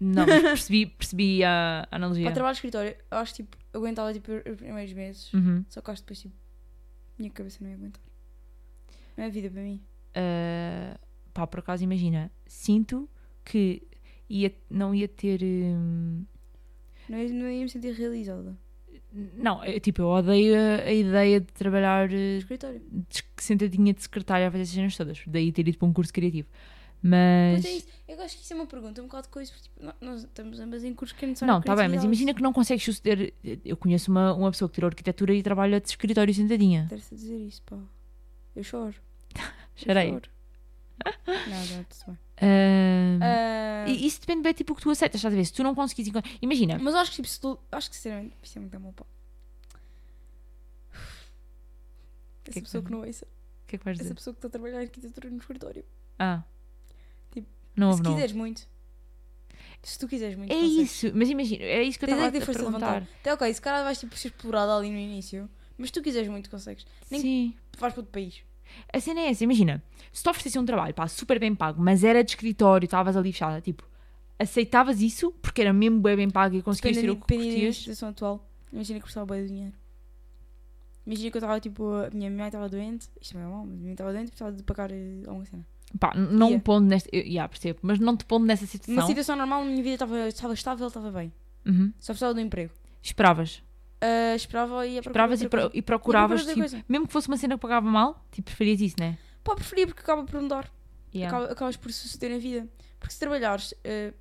[SPEAKER 1] Não, mas percebi, percebi a a analogia.
[SPEAKER 2] Para trabalho de escritório, eu acho tipo, aguentava tipo os primeiros meses,
[SPEAKER 1] Uhum.
[SPEAKER 2] só que acho que depois tipo, minha cabeça não ia aguentar. Não é vida para mim.
[SPEAKER 1] Ah, pá, por acaso, imagina. Sinto que ia, não ia ter. hum,
[SPEAKER 2] Não ia, não ia me sentir realizada.
[SPEAKER 1] não, eu, tipo, eu odeio a, a ideia de trabalhar eh,
[SPEAKER 2] Escritório.
[SPEAKER 1] de- sentadinha de secretária a fazer essas cenas todas. Daí ter ido para um curso criativo. Mas.
[SPEAKER 2] Pois é isso. Eu acho que isso é uma pergunta um bocado coisa, porque tipo, nó- nós estamos ambas em cursos que não são
[SPEAKER 1] Não, está bem, mas imagina que não consegues suceder. Eu conheço uma, uma pessoa que tirou arquitetura e trabalha de escritório sentadinha.
[SPEAKER 2] Interessa dizer isso, pá. Eu choro. eu
[SPEAKER 1] Chorei.
[SPEAKER 2] choro. não, não, tudo bem.
[SPEAKER 1] Ah,
[SPEAKER 2] Ah,
[SPEAKER 1] e Isso depende bem tipo o que tu aceitas, estás a ver? Se tu não conseguires encontrar. Imagina,
[SPEAKER 2] Mas eu acho que tipo, se tu, acho que sinceramente, isso é muito mal, pá. Essa
[SPEAKER 1] que é que
[SPEAKER 2] pessoa
[SPEAKER 1] foi?
[SPEAKER 2] que não ouça,
[SPEAKER 1] o que é que vais dizer?
[SPEAKER 2] essa pessoa que está a trabalhar em arquitetura no escritório.
[SPEAKER 1] Ah.
[SPEAKER 2] Tipo,
[SPEAKER 1] não houve,
[SPEAKER 2] se
[SPEAKER 1] não houve.
[SPEAKER 2] quiseres muito. Se tu quiseres muito.
[SPEAKER 1] É
[SPEAKER 2] consegues.
[SPEAKER 1] isso, mas imagina, é isso que eu
[SPEAKER 2] Tens
[SPEAKER 1] estava
[SPEAKER 2] é
[SPEAKER 1] a
[SPEAKER 2] que
[SPEAKER 1] te
[SPEAKER 2] ter força de vontade.
[SPEAKER 1] perguntar.
[SPEAKER 2] Até ok, se calhar vais tipo, ser explorada ali no início, mas se tu quiseres muito, consegues. Nem-
[SPEAKER 1] Sim.
[SPEAKER 2] Vais para outro país.
[SPEAKER 1] A cena é essa, imagina, se te oferecesse um trabalho, pá, super bem pago, mas era de escritório, estavas ali fechada, tipo, aceitavas isso porque era mesmo bem, bem pago e conseguias
[SPEAKER 2] Depende
[SPEAKER 1] ter
[SPEAKER 2] da-
[SPEAKER 1] o que
[SPEAKER 2] depende da minha
[SPEAKER 1] curtias?
[SPEAKER 2] situação atual. Imagina que precisava bem de dinheiro. Imagina que eu estava tipo, a minha mãe estava doente, isto não é mal, mas minha mãe estava doente e precisava de pagar eh, alguma cena.
[SPEAKER 1] Pá, n- não
[SPEAKER 2] Ia.
[SPEAKER 1] pondo nesta, eu, yeah, percebo, mas não te pondo nessa
[SPEAKER 2] Numa
[SPEAKER 1] situação.
[SPEAKER 2] situação normal, a minha vida estava, estava estável, estava bem.
[SPEAKER 1] Uhum.
[SPEAKER 2] Só precisava de um emprego.
[SPEAKER 1] Esperavas,
[SPEAKER 2] Ah, esperava e ia para
[SPEAKER 1] esperavas e, pro- e procuravas,
[SPEAKER 2] outra
[SPEAKER 1] tipo,
[SPEAKER 2] coisa.
[SPEAKER 1] mesmo que fosse uma cena que pagava mal, tipo, preferias isso, né?
[SPEAKER 2] Pá, preferia porque acaba por mudar.
[SPEAKER 1] Yeah.
[SPEAKER 2] Acaba, acabas por suceder na vida. Porque se trabalhares, eh,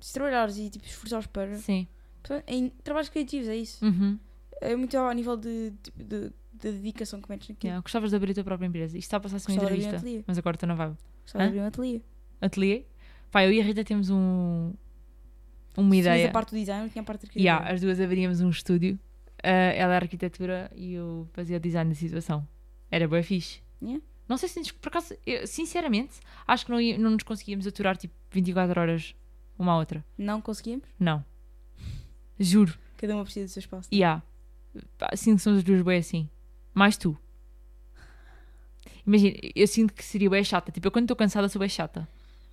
[SPEAKER 2] se trabalhares e tipo, esforçares para.
[SPEAKER 1] Sim.
[SPEAKER 2] Portanto, em trabalhos criativos, é isso.
[SPEAKER 1] Uhum.
[SPEAKER 2] É muito ao nível de, tipo, de, de dedicação que metes naquilo.
[SPEAKER 1] Yeah. Gostavas de abrir a tua própria empresa. Isto está a passar-se uma
[SPEAKER 2] Gostava de abrir um
[SPEAKER 1] entrevista,
[SPEAKER 2] ateliê.
[SPEAKER 1] mas agora tu não vai.
[SPEAKER 2] Gostava
[SPEAKER 1] Hã?
[SPEAKER 2] de abrir um ateliê.
[SPEAKER 1] ateliê. Pá, eu e a Rita temos um, uma
[SPEAKER 2] Se tinhas
[SPEAKER 1] ideia.
[SPEAKER 2] a parte do design, eu tinha a parte da criativa.
[SPEAKER 1] Yeah, as duas abríamos um estúdio. Ah, ela era arquitetura e eu fazia o design da situação. Era boa fixe.
[SPEAKER 2] Yeah.
[SPEAKER 1] Não sei se nos- por acaso, eu, sinceramente, acho que não, ia- não nos conseguíamos aturar tipo 24 horas uma à outra.
[SPEAKER 2] Não conseguimos.
[SPEAKER 1] Não. Juro.
[SPEAKER 2] Cada uma precisa do seu espaço.
[SPEAKER 1] E há. Pá, Sinto que somos as duas bem assim. Mais tu. Imagina, eu sinto que seria bem chata. Tipo, eu quando estou cansada sou bem chata.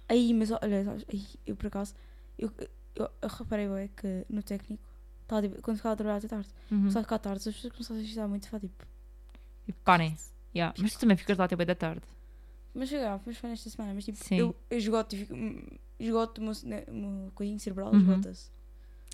[SPEAKER 2] Aí, mas olha, sabes, aí, eu por acaso, eu, eu, eu reparei bem que no tá, técnico, tava, tipo, quando ficava a trabalhar até tarde,
[SPEAKER 1] Uhum.
[SPEAKER 2] só que à tarde as pessoas começavam a se muito, ficava tipo,
[SPEAKER 1] Tipo, parem. Yeah. Mas tu também ficas lá até bem da tarde.
[SPEAKER 2] Mas foi grave, mas foi nesta semana. Mas tipo,
[SPEAKER 1] Sim.
[SPEAKER 2] eu, eu esgoto e fico. hum, Esgoto o meu, cine- o meu coisinho cerebral,
[SPEAKER 1] Uhum.
[SPEAKER 2] esgota-se.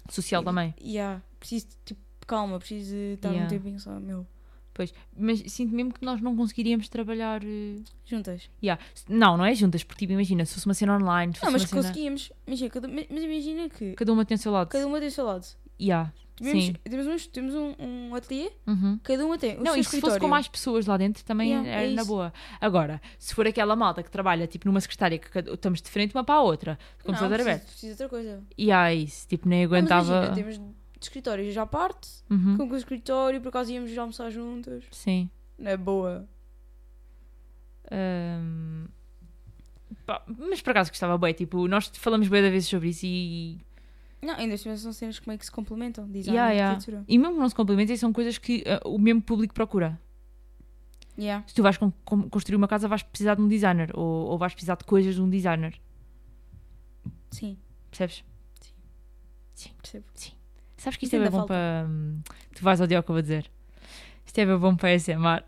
[SPEAKER 1] Social
[SPEAKER 2] E-
[SPEAKER 1] também.
[SPEAKER 2] Yeah, preciso de tipo, calma, preciso de estar um
[SPEAKER 1] Yeah.
[SPEAKER 2] tempinho só, meu.
[SPEAKER 1] Pois. Mas sinto mesmo que nós não conseguiríamos trabalhar. eh,
[SPEAKER 2] Juntas.
[SPEAKER 1] yeah. Não, não é juntas, porque tipo, imagina, se fosse uma cena online. se fosse
[SPEAKER 2] Não, mas
[SPEAKER 1] uma cena-
[SPEAKER 2] conseguíamos. Imagina, cada- mas mas imagina que
[SPEAKER 1] Cada uma tem o seu lado.
[SPEAKER 2] cada um- uma tem o seu lado.
[SPEAKER 1] Yeah. Sim.
[SPEAKER 2] Tivemos, temos um, estu- temos um, um ateliê,
[SPEAKER 1] Uhum.
[SPEAKER 2] cada uma tem o
[SPEAKER 1] Não,
[SPEAKER 2] seu
[SPEAKER 1] e se fosse
[SPEAKER 2] escritório.
[SPEAKER 1] com mais pessoas lá dentro também
[SPEAKER 2] Yeah, é
[SPEAKER 1] era na
[SPEAKER 2] isso.
[SPEAKER 1] boa. Agora, se for aquela malta que trabalha tipo numa secretária que cada- estamos de frente uma para a outra, de
[SPEAKER 2] não,
[SPEAKER 1] computador
[SPEAKER 2] preciso,
[SPEAKER 1] aberto,
[SPEAKER 2] preciso de outra coisa.
[SPEAKER 1] e aí isso, tipo, nem
[SPEAKER 2] Não, mas
[SPEAKER 1] aguentava.
[SPEAKER 2] imagina, temos de escritórios já à parte,
[SPEAKER 1] Uhum,
[SPEAKER 2] com o escritório, por acaso íamos almoçar juntas.
[SPEAKER 1] Sim.
[SPEAKER 2] Na boa.
[SPEAKER 1] Ahm, pá, mas por acaso gostava bem, tipo, nós falamos bem da vez sobre isso e.
[SPEAKER 2] Não, ainda assim são cenas que meio que se complementam, design
[SPEAKER 1] Yeah,
[SPEAKER 2] e
[SPEAKER 1] yeah.
[SPEAKER 2] arquitetura.
[SPEAKER 1] E mesmo que não se complementem, são coisas que ah, o mesmo público procura.
[SPEAKER 2] Yeah.
[SPEAKER 1] Se tu vais con- con- construir uma casa, vais precisar de um designer ou, ou vais precisar de coisas de um designer,
[SPEAKER 2] Sim,
[SPEAKER 1] percebes?
[SPEAKER 2] percebo.
[SPEAKER 1] Sabes que isto
[SPEAKER 2] Isso
[SPEAKER 1] é bem
[SPEAKER 2] ainda
[SPEAKER 1] bom
[SPEAKER 2] falta.
[SPEAKER 1] para. hum, Tu vais odiar o que eu vou dizer. Isto é bem bom para SMR.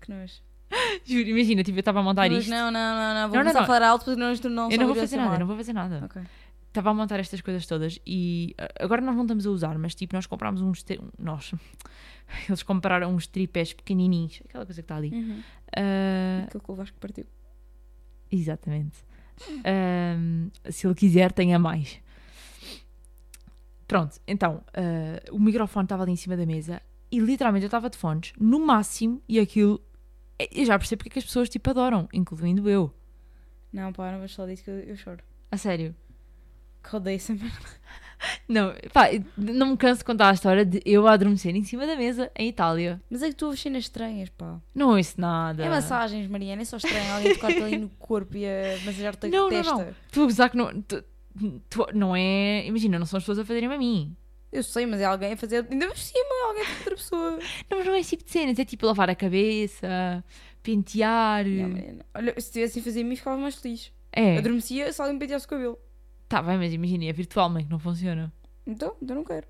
[SPEAKER 2] Que nós.
[SPEAKER 1] Juro, imagina, tipo, eu estava a montar
[SPEAKER 2] Mas
[SPEAKER 1] isto.
[SPEAKER 2] não, não, não, não.
[SPEAKER 1] Não,
[SPEAKER 2] Vou
[SPEAKER 1] não,
[SPEAKER 2] começar
[SPEAKER 1] não.
[SPEAKER 2] a falar alto porque nós não, não
[SPEAKER 1] eu não vou
[SPEAKER 2] sabemos
[SPEAKER 1] fazer nada, eu
[SPEAKER 2] ASMR.
[SPEAKER 1] não vou fazer nada.
[SPEAKER 2] Ok.
[SPEAKER 1] Estava a montar estas coisas todas e ah, agora nós não estamos a usar, mas tipo, nós comprámos uns. tri- Nós. Eles compraram uns tripés pequenininhos, aquela coisa que está ali.
[SPEAKER 2] Uhum.
[SPEAKER 1] Ah,
[SPEAKER 2] Aquilo que o Vasco partiu.
[SPEAKER 1] Exatamente. Ahm, se ele quiser, tenha mais. Pronto, então, ah, o microfone estava ali em cima da mesa e literalmente eu estava de fones, no máximo, e aquilo. Eu já percebo porque é que as pessoas tipo adoram, incluindo eu.
[SPEAKER 2] Não, pá, não vou falar disso que eu, eu choro.
[SPEAKER 1] A sério.
[SPEAKER 2] Que odeio essa merda.
[SPEAKER 1] Não, pá, não me canso de contar a história de eu a adormecer em cima da mesa em Itália.
[SPEAKER 2] Mas é que tu ouves cenas estranhas, pá.
[SPEAKER 1] Não ouço nada.
[SPEAKER 2] É massagens, Mariana, é só estranho alguém tocar-te ali no corpo e a massajar-te a
[SPEAKER 1] Não, não,
[SPEAKER 2] testa.
[SPEAKER 1] não. Tu a gozar que não. tu- tu- não é. Imagina, não são as pessoas a fazerem-me a mim.
[SPEAKER 2] Eu sei, mas é alguém a fazer. Ainda por cima, é alguém de outra pessoa.
[SPEAKER 1] Não, mas não é esse tipo de cenas, é tipo lavar a cabeça, pentear.
[SPEAKER 2] Não, Mariana. Olha, se estivessem a fazer a mim, ficava mais feliz.
[SPEAKER 1] é,
[SPEAKER 2] Adormecia se alguém me penteasse o cabelo.
[SPEAKER 1] tá bem, mas imagina, é virtualmente, não funciona.
[SPEAKER 2] Então, eu não quero.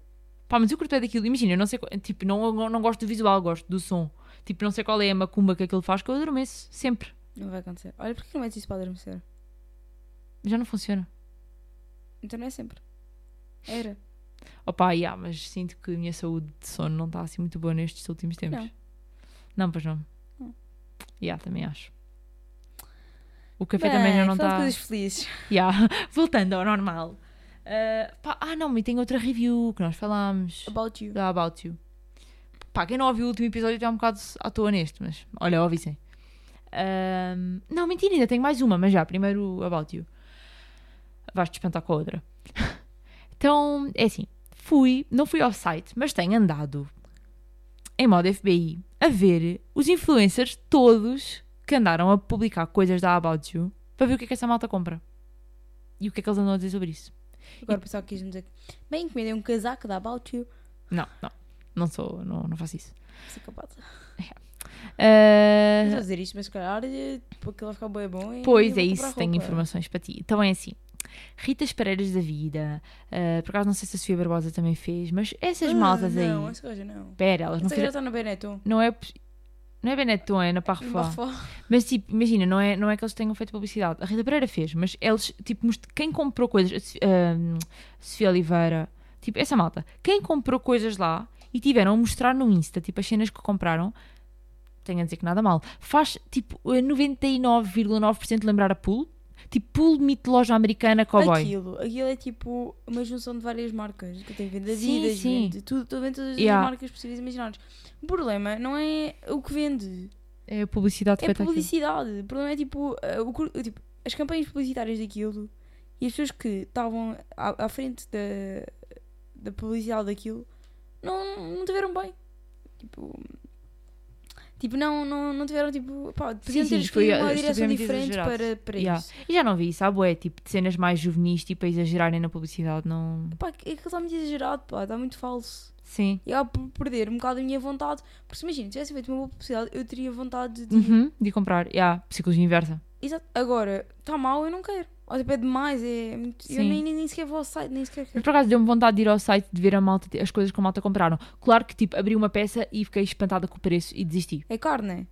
[SPEAKER 1] Pá, mas eu curto é daquilo, imagina, eu não sei, qual- tipo, não, não, não gosto do visual, gosto do som. Tipo, não sei qual é a macumba que aquilo faz que eu adormeço, sempre.
[SPEAKER 2] Não vai acontecer. Olha, porquê não metes isso para adormecer?
[SPEAKER 1] Já não funciona.
[SPEAKER 2] Então não é sempre. Era.
[SPEAKER 1] Opa, yeah, mas sinto que a minha saúde de sono não está assim muito boa nestes últimos tempos.
[SPEAKER 2] Não. Hum.
[SPEAKER 1] Não, pois não.
[SPEAKER 2] Não.
[SPEAKER 1] Yeah, também acho. O café também já não tá
[SPEAKER 2] falando de
[SPEAKER 1] está.
[SPEAKER 2] coisas felizes.
[SPEAKER 1] Yeah. Voltando ao normal. Ah, pá, ah, não, e tem outra review que nós falámos.
[SPEAKER 2] About you.
[SPEAKER 1] da About You. Pá, quem não ouviu o último episódio está um bocado à toa neste, mas olha, ouvissem. Ahm, não, mentira, ainda tenho mais uma, mas já, primeiro o About You. Vais-te espantar com a outra. então, é assim, fui, não fui ao site, mas tenho andado em modo FBI a ver os influencers todos que andaram a publicar coisas da About You para ver o que é que essa malta compra. E o que é que eles andam a dizer sobre isso.
[SPEAKER 2] Agora o pessoal quis-me dizer que. Bem, encomendei um casaco da About You.
[SPEAKER 1] Não, não, não sou, não, não faço isso.
[SPEAKER 2] Psicopata. Não
[SPEAKER 1] Ah,
[SPEAKER 2] estou a dizer isto, mas se calhar eh, tipo, aquilo vai ficar bem bom. e eu
[SPEAKER 1] Pois
[SPEAKER 2] vou
[SPEAKER 1] é
[SPEAKER 2] comprar
[SPEAKER 1] isso, tenho
[SPEAKER 2] roupa.
[SPEAKER 1] informações para ti. Então é assim. Ritas Pareiras da Vida, ah, por acaso não sei se a Sofia Barbosa também fez, mas essas
[SPEAKER 2] Ah,
[SPEAKER 1] maltas
[SPEAKER 2] Não,
[SPEAKER 1] aí.
[SPEAKER 2] essa gaja não.
[SPEAKER 1] Pera, elas não
[SPEAKER 2] Essa tá
[SPEAKER 1] fizeram.
[SPEAKER 2] gaja está na Benetton.
[SPEAKER 1] Não é, pos- não é Benetton, é na
[SPEAKER 2] No
[SPEAKER 1] Parfum.
[SPEAKER 2] Bafó.
[SPEAKER 1] Mas tipo, imagina, não é, não é que eles tenham feito publicidade. A Rita Pereira fez, mas eles, tipo, most- quem comprou coisas. a Sof- ah, Sofia Oliveira, tipo, essa malta. Quem comprou coisas lá e tiveram a mostrar no Insta, tipo, as cenas que compraram. Tenho a dizer que nada mal. Faz tipo 99,9% lembrar a Pool. Tipo, Pool, mito, loja americana, cowboy.
[SPEAKER 2] Aquilo, aquilo é tipo uma junção de várias marcas que tem venda
[SPEAKER 1] Sim,
[SPEAKER 2] Adidas,
[SPEAKER 1] sim.
[SPEAKER 2] vende tudo, tudo vende todas
[SPEAKER 1] Yeah.
[SPEAKER 2] as marcas possíveis e imaginárias. O problema não é o que vende,
[SPEAKER 1] É a publicidade
[SPEAKER 2] é
[SPEAKER 1] feita aqui.
[SPEAKER 2] publicidade. O problema é tipo, eh, o cur- tipo, as campanhas publicitárias daquilo e as pessoas que estavam à, à frente da, da publicidade daquilo não, não tiveram bem. Tipo, tipo não, não, não tiveram tipo. Pá, podiam
[SPEAKER 1] sim,
[SPEAKER 2] ter
[SPEAKER 1] foi,
[SPEAKER 2] escolhido uma
[SPEAKER 1] eh,
[SPEAKER 2] direção
[SPEAKER 1] estupidamente
[SPEAKER 2] diferente
[SPEAKER 1] exagerado.
[SPEAKER 2] para, para
[SPEAKER 1] Yeah.
[SPEAKER 2] isso.
[SPEAKER 1] E já não vi isso, há bué, tipo, de cenas mais juvenis, tipo, a exagerarem na publicidade, não.
[SPEAKER 2] Pá, é aquilo está muito exagerado, pá, está muito falso.
[SPEAKER 1] Sim.
[SPEAKER 2] e acabo por perder um bocado a minha vontade. Porque se imagina, tivesse feito uma boa publicidade, eu teria vontade de.
[SPEAKER 1] Uhum, de comprar. Yeah, psicologia inversa.
[SPEAKER 2] Exato. Agora, está tá mal, eu não quero. Oh, tipo, é demais. É muito... Eu
[SPEAKER 1] Sim.
[SPEAKER 2] nem, nem, nem sequer vou ao site, nem sequer.
[SPEAKER 1] Mas por acaso deu-me vontade de ir ao site de ver a malta, as coisas que a malta compraram. Claro que tipo, abri uma peça e fiquei espantada com o preço e desisti.
[SPEAKER 2] É caro, não é?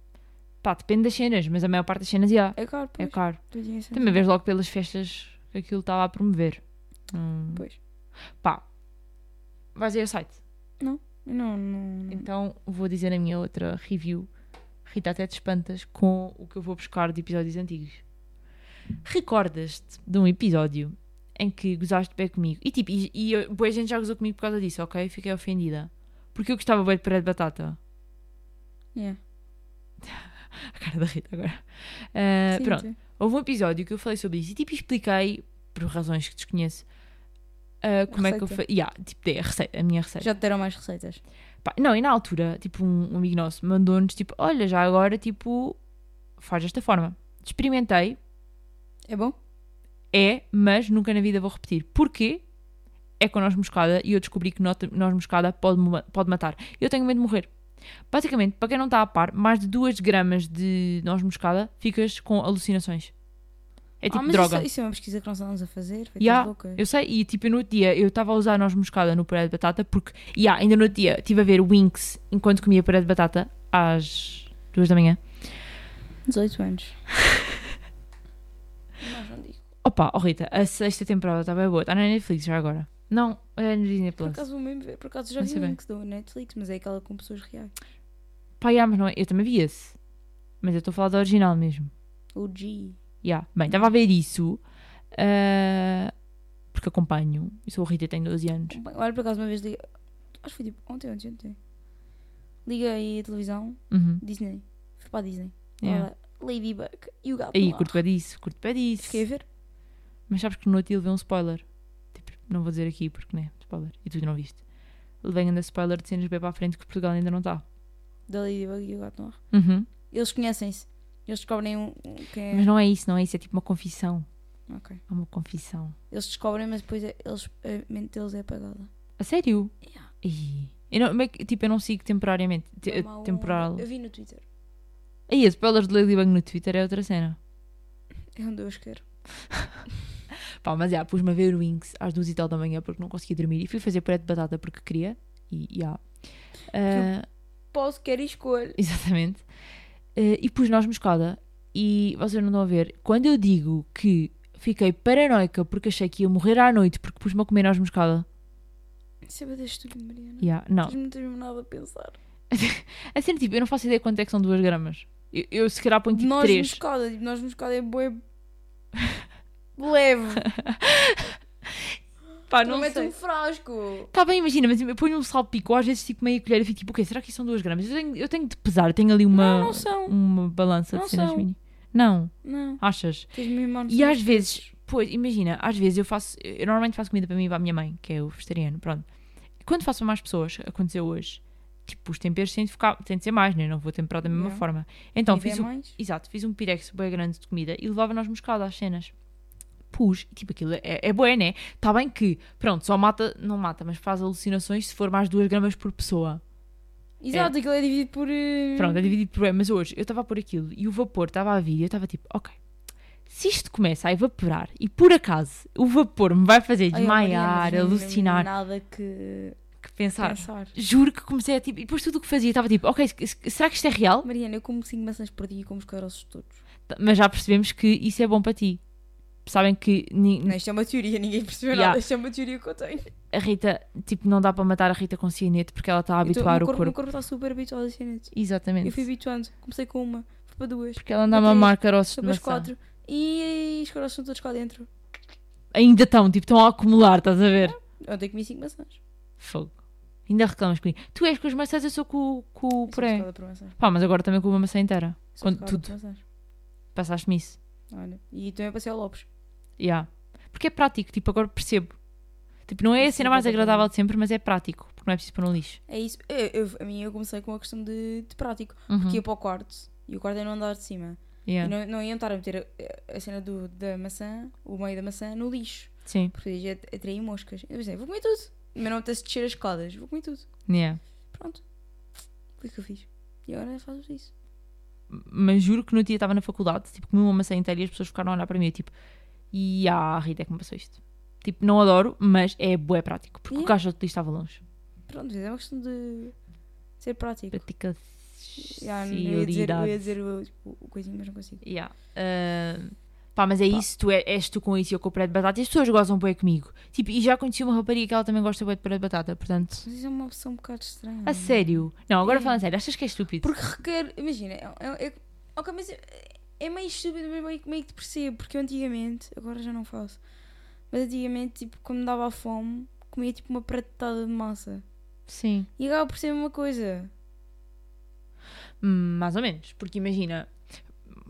[SPEAKER 1] Pá, depende das cenas, mas a maior parte das cenas já,
[SPEAKER 2] É
[SPEAKER 1] é
[SPEAKER 2] caro, pois. assim. é.
[SPEAKER 1] caro.
[SPEAKER 2] Tu tinhas razão.
[SPEAKER 1] Também vês logo pelas festas que aquilo estava a promover. Hum,
[SPEAKER 2] Pois.
[SPEAKER 1] pá, vais aí ao site.
[SPEAKER 2] Não, não.
[SPEAKER 1] Então vou dizer na minha outra review, Rita até te espantas com o que eu vou buscar de episódios antigos. Recordas-te de um episódio em que gozaste bem comigo? E tipo, e, e eu- boa gente já gozou comigo por causa disso, ok? Fiquei ofendida. Porque eu gostava bem de puré de batata.
[SPEAKER 2] Yeah.
[SPEAKER 1] A cara da Rita agora. Ah,
[SPEAKER 2] Sim,
[SPEAKER 1] pronto.
[SPEAKER 2] sim.
[SPEAKER 1] Houve um episódio que eu falei sobre isso e tipo expliquei, por razões que desconheço, ah, como é que eu
[SPEAKER 2] receita.
[SPEAKER 1] fa... Yeah, tipo, dei a, receita, a minha receita.
[SPEAKER 2] Já te deram mais receitas.
[SPEAKER 1] Pá, não, e na altura, tipo, um, um amigo nosso mandou-nos, tipo, olha, já agora, tipo, faz desta forma. Experimentei,
[SPEAKER 2] É bom?
[SPEAKER 1] é, mas nunca na vida vou repetir. Porquê? É com noz moscada e eu descobri que nota- noz moscada pode, mo- pode matar. Eu tenho medo de morrer. Basicamente, para quem não está a par, mais de 2 gramas de noz moscada ficas com alucinações. É tipo
[SPEAKER 2] ah, mas
[SPEAKER 1] droga.
[SPEAKER 2] Isso, isso é uma pesquisa que nós estamos a fazer. Feitas
[SPEAKER 1] Yeah,
[SPEAKER 2] loucas.
[SPEAKER 1] Eu sei, e tipo, eu no outro dia eu estava a usar noz moscada no puré de batata porque, e ah, ainda no outro dia estive a ver Winx enquanto comia puré de batata às duas da manhã.
[SPEAKER 2] 18 anos. Mas não digo.
[SPEAKER 1] Opa, oh Rita, a sexta temporada está bem boa, está na Netflix já agora. Não, é na Disney
[SPEAKER 2] Por
[SPEAKER 1] Plus.
[SPEAKER 2] acaso vou mesmo ver. Por acaso já
[SPEAKER 1] Não
[SPEAKER 2] vi
[SPEAKER 1] sei
[SPEAKER 2] um
[SPEAKER 1] bem.
[SPEAKER 2] que se deu na Netflix, mas é aquela com pessoas reais.
[SPEAKER 1] Pá, yeah, mas não é, eu também vi esse. Mas eu estou a falar da original mesmo.
[SPEAKER 2] O G.
[SPEAKER 1] Yeah. Bem, estava a ver isso ah, porque acompanho. Eu sou a Rita, tenho 12 anos.
[SPEAKER 2] Bem, Tipo, Olha, por acaso uma vez liguei. Acho que foi tipo ontem, ontem, ontem. Liguei a televisão,
[SPEAKER 1] Uhum.
[SPEAKER 2] Disney. Fui para a Disney.
[SPEAKER 1] Yeah.
[SPEAKER 2] Olha, Ladybug e o gato.
[SPEAKER 1] Aí,
[SPEAKER 2] lá.
[SPEAKER 1] curto pé disso, curto pé disso.
[SPEAKER 2] Fiquei a ver.
[SPEAKER 1] Mas sabes que no outro dia levei um spoiler. Tipo, não vou dizer aqui porque, né? Spoiler. E tu não viste. Levei ainda spoiler de cenas bem para a frente que Portugal ainda não está.
[SPEAKER 2] Da Ladybug e o gato noir. Eles conhecem-se. Eles descobrem um, um que é.
[SPEAKER 1] Mas não é isso, não é isso. É tipo uma confissão.
[SPEAKER 2] Ok.
[SPEAKER 1] É uma confissão.
[SPEAKER 2] Eles descobrem, mas depois é- eles, a mente deles é apagada.
[SPEAKER 1] A sério?
[SPEAKER 2] Yeah.
[SPEAKER 1] Ih. Eu não, mas, tipo, eu não sigo temporariamente. Te-
[SPEAKER 2] É mau-
[SPEAKER 1] temporal.
[SPEAKER 2] Eu vi no Twitter.
[SPEAKER 1] Aí, as spoilers de Ladybug no Twitter é outra cena.
[SPEAKER 2] É onde eu os quero.
[SPEAKER 1] Pá, mas já, pus-me a ver o Winx às duas e tal da manhã porque não conseguia dormir. E fui fazer puré de batata porque queria. E, já. Ah,
[SPEAKER 2] Posso, quero e escolho.
[SPEAKER 1] Exatamente. Eh, e pus nós moscada. E vocês não estão a ver. Quando eu digo que fiquei paranoica porque achei que ia morrer à noite porque pus-me a comer nós moscada.
[SPEAKER 2] Isso é bem estúpido, Mariana.
[SPEAKER 1] Yeah, não.
[SPEAKER 2] Tens muito mesmo nada a pensar.
[SPEAKER 1] Tipo É sério, tipo, eu não faço ideia quanto é que são duas gramas. Eu, eu se calhar ponho tipo
[SPEAKER 2] nós
[SPEAKER 1] três.
[SPEAKER 2] moscada, tipo, nós moscada é boé. leve.
[SPEAKER 1] Pá,
[SPEAKER 2] não
[SPEAKER 1] não
[SPEAKER 2] mete
[SPEAKER 1] sei.
[SPEAKER 2] um frasco.
[SPEAKER 1] Tá bem, imagina, mas eu ponho um salpico, às vezes tipo meia colher e fico tipo, ok, será que isso são duas gramas? Eu tenho, eu tenho de pesar, tenho ali uma,
[SPEAKER 2] Não, não são.
[SPEAKER 1] uma balança
[SPEAKER 2] Não
[SPEAKER 1] de cenas
[SPEAKER 2] são.
[SPEAKER 1] mini. Não,
[SPEAKER 2] Não.
[SPEAKER 1] achas?
[SPEAKER 2] Tens mesmo a noção
[SPEAKER 1] E às
[SPEAKER 2] dos
[SPEAKER 1] vezes, pois, imagina, às vezes eu faço, eu normalmente faço comida para mim e para a minha mãe, que é o vegetariano, pronto. E quando faço para mais pessoas, aconteceu hoje, tipo, os temperos têm de, ficar, têm de ser mais, né? Eu Não vou temperar da mesma
[SPEAKER 2] Yeah.
[SPEAKER 1] forma. Então,
[SPEAKER 2] comida
[SPEAKER 1] fiz
[SPEAKER 2] é
[SPEAKER 1] um,
[SPEAKER 2] mais.
[SPEAKER 1] exato, fiz um pirex bem grande de comida e levava nós moscada às cenas. Pus, e tipo, aquilo é, é bué, né? Está bem que, pronto, só mata, não mata, mas faz alucinações se for mais 2 gramas por pessoa.
[SPEAKER 2] Exato, aquilo é dividido por. eh,
[SPEAKER 1] Pronto, é dividido por bem, mas hoje eu estava a pôr aquilo e o vapor estava a vir e eu estava tipo, ok, se isto começa a evaporar e por acaso o vapor me vai fazer
[SPEAKER 2] Ai, oh, Mariana,
[SPEAKER 1] desmaiar,
[SPEAKER 2] não tens mesmo
[SPEAKER 1] alucinar,
[SPEAKER 2] Nada que
[SPEAKER 1] que pensar.
[SPEAKER 2] pensar.
[SPEAKER 1] Juro que comecei a tipo, e depois tudo o que fazia estava tipo, ok, se- se- será que isto é real?
[SPEAKER 2] Mariana, eu como 5 maçãs por dia e como os caroços todos.
[SPEAKER 1] Mas já percebemos que isso é bom para ti. Sabem que ni-
[SPEAKER 2] Não, isto é uma teoria, ninguém percebeu
[SPEAKER 1] Hum. Yeah.
[SPEAKER 2] nada. Isto é uma teoria que eu tenho.
[SPEAKER 1] a Rita, tipo, não dá para matar a Rita com cianete porque ela está a
[SPEAKER 2] Eu tô-
[SPEAKER 1] habituar
[SPEAKER 2] o
[SPEAKER 1] o
[SPEAKER 2] Então, meu corpo, o meu
[SPEAKER 1] corpo.
[SPEAKER 2] corpo está super habituado a cianetes.
[SPEAKER 1] Exatamente.
[SPEAKER 2] Eu fui Então, habituando. Comecei com uma, fui para duas,
[SPEAKER 1] Porque ela anda a
[SPEAKER 2] Eu tenho-
[SPEAKER 1] mamar caroços de
[SPEAKER 2] fui para as
[SPEAKER 1] maçã.
[SPEAKER 2] quatro. E, os caroços estão todos cá dentro.
[SPEAKER 1] Ainda estão, tipo, estão a acumular, estás a ver?
[SPEAKER 2] Ontem comi 5 maçãs.
[SPEAKER 1] Fogo. Ainda reclamas comigo. Tu és com as maçãs, eu sou com, com o
[SPEAKER 2] Eu sou
[SPEAKER 1] puré.
[SPEAKER 2] obcecada por maçãs.
[SPEAKER 1] Pá, mas agora também com uma maçã inteira.
[SPEAKER 2] Sou
[SPEAKER 1] Com
[SPEAKER 2] obcecada por
[SPEAKER 1] tudo.
[SPEAKER 2] maçãs.
[SPEAKER 1] Passaste-me isso.
[SPEAKER 2] Olha. E também passei ao Lopes.
[SPEAKER 1] Yeah. Porque é prático, tipo, agora percebo. Tipo, não é a
[SPEAKER 2] Isso
[SPEAKER 1] cena
[SPEAKER 2] é
[SPEAKER 1] mais
[SPEAKER 2] completamente.
[SPEAKER 1] agradável de sempre, mas é prático. Porque não é preciso pôr no lixo.
[SPEAKER 2] É isso. Eu, eu- a mim eu comecei com a questão de, de prático.
[SPEAKER 1] Uhum.
[SPEAKER 2] Porque ia para o quarto. E o quarto era no andar de cima.
[SPEAKER 1] Yeah.
[SPEAKER 2] E não, é não iam estar a meter a, a cena do, da maçã, o meio da maçã, no lixo.
[SPEAKER 1] Sim.
[SPEAKER 2] Porque ia atrair moscas. Eu pensei, vou comer tudo. Mas não apetece descer as escadas. Vou comer tudo.
[SPEAKER 1] Yeah.
[SPEAKER 2] Pronto. Foi o que eu fiz. E agora fazes isso.
[SPEAKER 1] Mas juro que no dia estava na faculdade, tipo, comi uma maçã inteira e as pessoas ficaram a olhar para mim. eu, Tipo, E a Rita é que me passou isto. Tipo, não adoro, mas é bué prático. Porque o
[SPEAKER 2] Yeah.
[SPEAKER 1] caixa de lixo estava longe.
[SPEAKER 2] Pronto, mas é uma questão de ser prático.
[SPEAKER 1] Prática
[SPEAKER 2] Já, eu ia dizer, eu ia dizer o, tipo, o coisinho, mas não consigo.
[SPEAKER 1] Yeah. Ahn, pá, mas é isso, tu é- és tu com isso e eu com o puré de batata. E as pessoas gozam bué comigo. Tipo, e já conheci uma rapariga que ela também gosta bué de puré de batata, portanto...
[SPEAKER 2] Mas isso é uma opção um bocado estranha.
[SPEAKER 1] A sério? Não, agora
[SPEAKER 2] É.
[SPEAKER 1] falando a sério, achas que é estúpido?
[SPEAKER 2] Porque requer. Imagina, é, é, é- ok, mas é, é meio estúpido, mas meio, meio que te percebo. Porque eu antigamente, agora já não faço, mas antigamente, tipo, quando me dava a fome, comia tipo uma pratada de massa.
[SPEAKER 1] Sim.
[SPEAKER 2] E agora por ser a mesma coisa.
[SPEAKER 1] Hum, mais ou menos, porque imagina...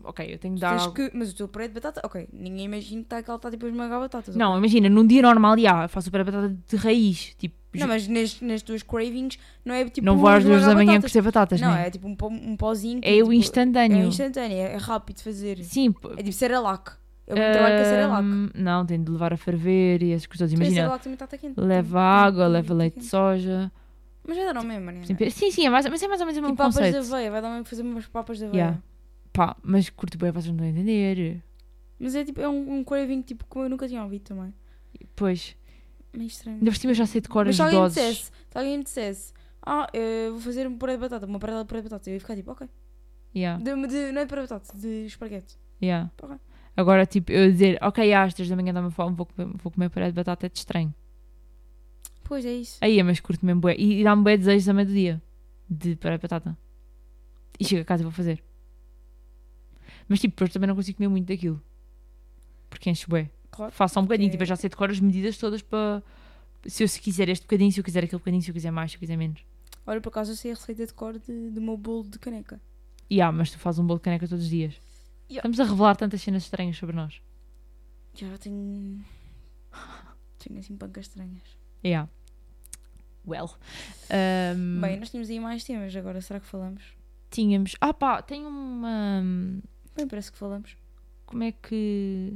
[SPEAKER 1] Ok, eu tenho de dar...
[SPEAKER 2] Tens
[SPEAKER 1] algo-
[SPEAKER 2] que- mas o teu puré de batata, ok, ninguém imagina que tá- que ela está tipo a esmagar batatas.
[SPEAKER 1] Não, imagina, num dia normal, já, faço o puré de batata de raiz. Tipo,
[SPEAKER 2] Não, mas nas, nas tuas cravings não é tipo.
[SPEAKER 1] não vou às duas da
[SPEAKER 2] esmagar
[SPEAKER 1] manhã
[SPEAKER 2] batatas.
[SPEAKER 1] cozer batatas,
[SPEAKER 2] Não,
[SPEAKER 1] né?
[SPEAKER 2] é tipo um, pó- um pozinho. que
[SPEAKER 1] É, o
[SPEAKER 2] tipo,
[SPEAKER 1] instantâneo.
[SPEAKER 2] É instantâneo, é rápido de fazer.
[SPEAKER 1] Sim, p-
[SPEAKER 2] É tipo Cerelac. É um
[SPEAKER 1] Eh,
[SPEAKER 2] trabalho que é Cerelac.
[SPEAKER 1] Ahm, não, tem de levar a ferver e essas coisas.
[SPEAKER 2] Mas
[SPEAKER 1] Imagina,
[SPEAKER 2] Cerelac também está tá quente.
[SPEAKER 1] leva água,
[SPEAKER 2] um
[SPEAKER 1] leva leite de soja.
[SPEAKER 2] Mas vai dar ao mesmo, né?
[SPEAKER 1] tempero- Sim, sim, é mais, mas é mais ou menos o
[SPEAKER 2] Tipo
[SPEAKER 1] mesmo
[SPEAKER 2] papas de
[SPEAKER 1] conceito.
[SPEAKER 2] aveia, vai dar ao mesmo fazer umas papas de aveia.
[SPEAKER 1] Yeah. Pá, mas curto bem, vocês não vão entender.
[SPEAKER 2] Mas é tipo, é um, um craving tipo que eu nunca tinha ouvido também.
[SPEAKER 1] Pois,
[SPEAKER 2] Meio estranho.
[SPEAKER 1] ainda por cima eu já sei de cor
[SPEAKER 2] Mas
[SPEAKER 1] as
[SPEAKER 2] se alguém me
[SPEAKER 1] doses.
[SPEAKER 2] dissesse, se alguém me dissesse, ah, eu vou fazer um puré de batata, uma parada de puré de batata, eu ia ficar tipo, ok.
[SPEAKER 1] Yeah,
[SPEAKER 2] De, de- não é de puré de batata, de esparguete.
[SPEAKER 1] yeah.
[SPEAKER 2] Porra.
[SPEAKER 1] Agora, tipo, eu dizer, ok, às três da manhã dá-me fome, vou comer, vou comer puré de batata, é de estranho.
[SPEAKER 2] Pois é isso.
[SPEAKER 1] Aí é, mas curto mesmo bué. E, e dá-me bué desejos a meio do dia de puré de batata. E chego a casa e vou fazer. Mas tipo, depois também não consigo comer muito daquilo. Porque enche bué.
[SPEAKER 2] Claro.
[SPEAKER 1] Faço um bocadinho,
[SPEAKER 2] Porque-
[SPEAKER 1] tipo, eu já sei decorar as medidas todas para... Se eu se quiser este bocadinho, se eu quiser aquele bocadinho, se eu quiser mais, se eu quiser menos.
[SPEAKER 2] Olha, por acaso eu sei a receita de cor de- do meu bolo de caneca.
[SPEAKER 1] E ah, mas tu fazes um bolo de caneca todos os dias.
[SPEAKER 2] Yeah.
[SPEAKER 1] Estamos a revelar tantas cenas estranhas sobre nós.
[SPEAKER 2] Já tenho. Tenho assim pancas estranhas.
[SPEAKER 1] Yeah. Well. Ahm,
[SPEAKER 2] Bem, nós tínhamos aí mais temas, agora será que falamos?
[SPEAKER 1] tínhamos... Ah pá, tem uma... hum,
[SPEAKER 2] Bem, parece que falamos.
[SPEAKER 1] como é que.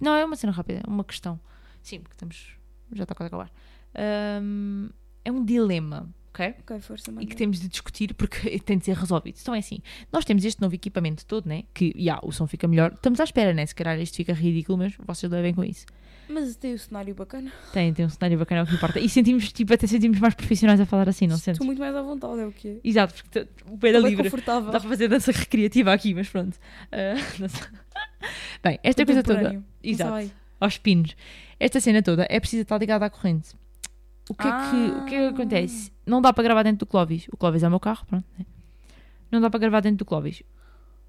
[SPEAKER 1] Não, é uma cena rápida, é uma questão. Sim, porque estamos. Já está quase a acabar. Ahm, é um dilema, ok?
[SPEAKER 2] Ok, força, manda.
[SPEAKER 1] E que temos de discutir porque tem de ser resolvido. Então é assim: nós temos este novo equipamento todo, né? Que, já, o som fica melhor. Estamos à espera, né? Se calhar isto fica ridículo, mas vocês levem com isso.
[SPEAKER 2] Mas tem o cenário bacana.
[SPEAKER 1] Tem, tem um cenário bacana, é o que importa. E sentimos, tipo, até sentimos mais profissionais a falar assim, não sentes?
[SPEAKER 2] Estou muito mais à vontade, é o quê?
[SPEAKER 1] Exato, porque t- o pé da
[SPEAKER 2] Estou bem
[SPEAKER 1] livre.
[SPEAKER 2] confortável.
[SPEAKER 1] Dá para fazer dança recreativa aqui, mas pronto. Ah, dança. Bem, esta coisa toda.
[SPEAKER 2] Contemporâneo. Não
[SPEAKER 1] Exato.
[SPEAKER 2] sai.
[SPEAKER 1] aos pinos. Esta cena toda é preciso estar ligada à corrente. O que, é que, o que é
[SPEAKER 2] Ah.
[SPEAKER 1] que acontece? Não dá para gravar dentro do Clóvis. O Clóvis é o meu carro, pronto. né? Não dá para gravar dentro do Clóvis.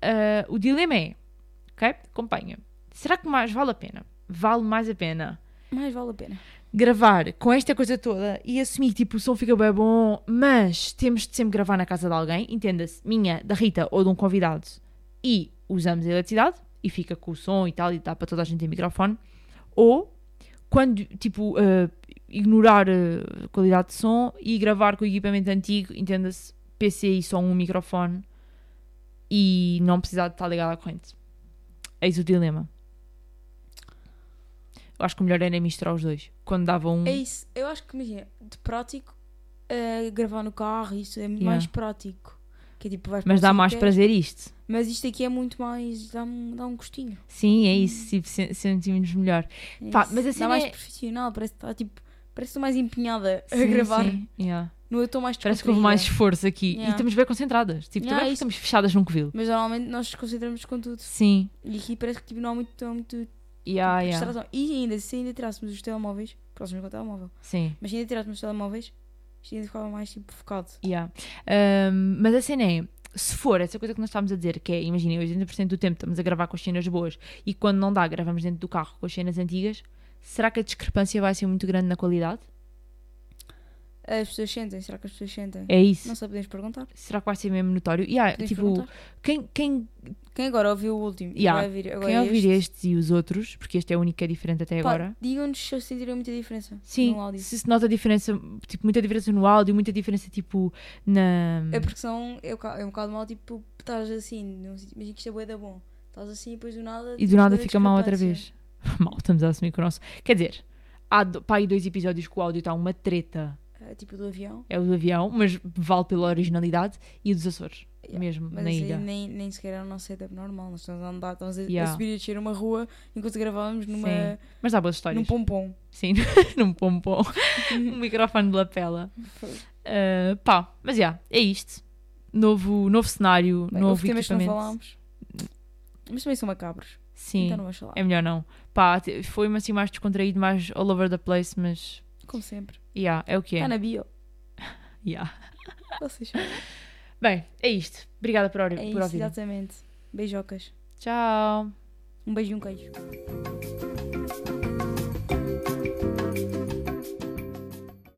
[SPEAKER 1] Ah, o dilema é, ok? Acompanha. Será que mais vale a pena? Vale mais a pena
[SPEAKER 2] Mais vale a pena.
[SPEAKER 1] Hum. gravar com esta coisa toda e assumir que tipo, o som fica bem bom, mas temos de sempre gravar na casa de alguém, entenda-se, minha, da Rita ou de um convidado, e usamos a eletricidade e fica com o som e tal, e dá para toda a gente ter microfone, ou quando, tipo, eh, ignorar a qualidade de som e gravar com o equipamento antigo, entenda-se, PC e só um microfone e não precisar de estar ligado à corrente. Eis o dilema. Eu acho que o melhor era misturar os dois. Quando dava um.
[SPEAKER 2] É isso. Eu acho que, imagina, de prático, eh, gravar no carro, isso é muito
[SPEAKER 1] Yeah.
[SPEAKER 2] mais prático. Que é tipo, vais
[SPEAKER 1] Mas
[SPEAKER 2] para
[SPEAKER 1] dá
[SPEAKER 2] um
[SPEAKER 1] mais
[SPEAKER 2] sítio,
[SPEAKER 1] prazer isto.
[SPEAKER 2] Mas isto aqui é muito mais. dá um, dá um gostinho.
[SPEAKER 1] Sim, é isso. Tipo, se- sentimos melhor.
[SPEAKER 2] É
[SPEAKER 1] Pá,
[SPEAKER 2] isso.
[SPEAKER 1] mas a
[SPEAKER 2] Dá
[SPEAKER 1] cena
[SPEAKER 2] mais
[SPEAKER 1] é-
[SPEAKER 2] profissional, parece que está tipo. Parece que estou mais empenhada a
[SPEAKER 1] Sim,
[SPEAKER 2] gravar.
[SPEAKER 1] sim, yeah.
[SPEAKER 2] No eu estou mais
[SPEAKER 1] Parece que houve mais
[SPEAKER 2] descontraída.
[SPEAKER 1] esforço aqui. E
[SPEAKER 2] Yeah.
[SPEAKER 1] estamos bem concentradas. Tipo,
[SPEAKER 2] Yeah,
[SPEAKER 1] também
[SPEAKER 2] isso.
[SPEAKER 1] estamos fechadas num covil.
[SPEAKER 2] Mas normalmente nós nos concentramos com tudo.
[SPEAKER 1] Sim.
[SPEAKER 2] E aqui parece que tipo, não há muito, não há muito
[SPEAKER 1] Ah, Yeah, yeah.
[SPEAKER 2] distração. E ainda, se ainda tirássemos os telemóveis, próximos com o telemóvel,
[SPEAKER 1] Sim.
[SPEAKER 2] mas se ainda tirássemos os telemóveis, isto ainda ficava mais tipo focado.
[SPEAKER 1] Yeah. Ahm, mas a cena é, se for essa coisa que nós estávamos a dizer, que é, imaginem, 80% do tempo estamos a gravar com as cenas boas e quando não dá, gravamos dentro do carro com as cenas antigas, será que a discrepância vai ser muito grande na qualidade?
[SPEAKER 2] As pessoas sentem, será que as pessoas sentem?
[SPEAKER 1] É isso.
[SPEAKER 2] Não sei, podemos perguntar.
[SPEAKER 1] Será que vai ser mesmo notório? Yeah,
[SPEAKER 2] Podemos
[SPEAKER 1] tipo,
[SPEAKER 2] perguntar.
[SPEAKER 1] quem, quem,
[SPEAKER 2] Quem agora ouviu o último e
[SPEAKER 1] Yeah.
[SPEAKER 2] vai ouvir agora é
[SPEAKER 1] quem ouvir
[SPEAKER 2] este,
[SPEAKER 1] estes e os outros, porque este é o único que é diferente até
[SPEAKER 2] pá,
[SPEAKER 1] agora.
[SPEAKER 2] Digam-nos se eles sentiram muita diferença
[SPEAKER 1] Sim,
[SPEAKER 2] no áudio.
[SPEAKER 1] se se nota diferença, tipo, muita diferença no áudio, muita diferença, tipo, na...
[SPEAKER 2] É porque são, é um bocado, é um bocado mal, tipo, estás assim, num sítio- imagina que isto é bué da bom. Estás assim e depois do nada...
[SPEAKER 1] E
[SPEAKER 2] tens
[SPEAKER 1] do nada
[SPEAKER 2] bué da
[SPEAKER 1] fica mal outra
[SPEAKER 2] discrepância.
[SPEAKER 1] vez. Mal, estamos a assumir que o nosso. Quer dizer, há do- pá, aí dois episódios que o áudio está uma treta.
[SPEAKER 2] Ah, tipo do avião.
[SPEAKER 1] É o do avião, mas vale pela originalidade, e o dos Açores.
[SPEAKER 2] Yeah,
[SPEAKER 1] mesmo,
[SPEAKER 2] Mas
[SPEAKER 1] na
[SPEAKER 2] isso aí
[SPEAKER 1] ilha.
[SPEAKER 2] nem, nem sequer era o nosso setup normal. Nós estamos a andar, estamos a, a
[SPEAKER 1] Yeah.
[SPEAKER 2] subir e a descer uma rua enquanto gravávamos numa,
[SPEAKER 1] Mas dá boas
[SPEAKER 2] num Uhum.
[SPEAKER 1] histórias.
[SPEAKER 2] pompom.
[SPEAKER 1] Sim, num pompom. um microfone de lapela. Uh, pá, mas já, é isto. Novo, novo cenário,
[SPEAKER 2] Bem,
[SPEAKER 1] novo
[SPEAKER 2] houve temas que não
[SPEAKER 1] equipamento.
[SPEAKER 2] falámos. Mas também são macabros.
[SPEAKER 1] Sim,
[SPEAKER 2] um Então não vais falar.
[SPEAKER 1] é melhor não. Pá, te- foi assim mais descontraído, mais all over the place, mas
[SPEAKER 2] Como sempre.
[SPEAKER 1] yeah, é o que é.
[SPEAKER 2] Está na bio.
[SPEAKER 1] Yeah.
[SPEAKER 2] Vocês sabem.
[SPEAKER 1] Bem, é isto. Obrigada por,
[SPEAKER 2] É
[SPEAKER 1] por
[SPEAKER 2] isso,
[SPEAKER 1] ouvir.
[SPEAKER 2] exatamente. Beijocas.
[SPEAKER 1] Tchau.
[SPEAKER 2] Um beijo e um queijo.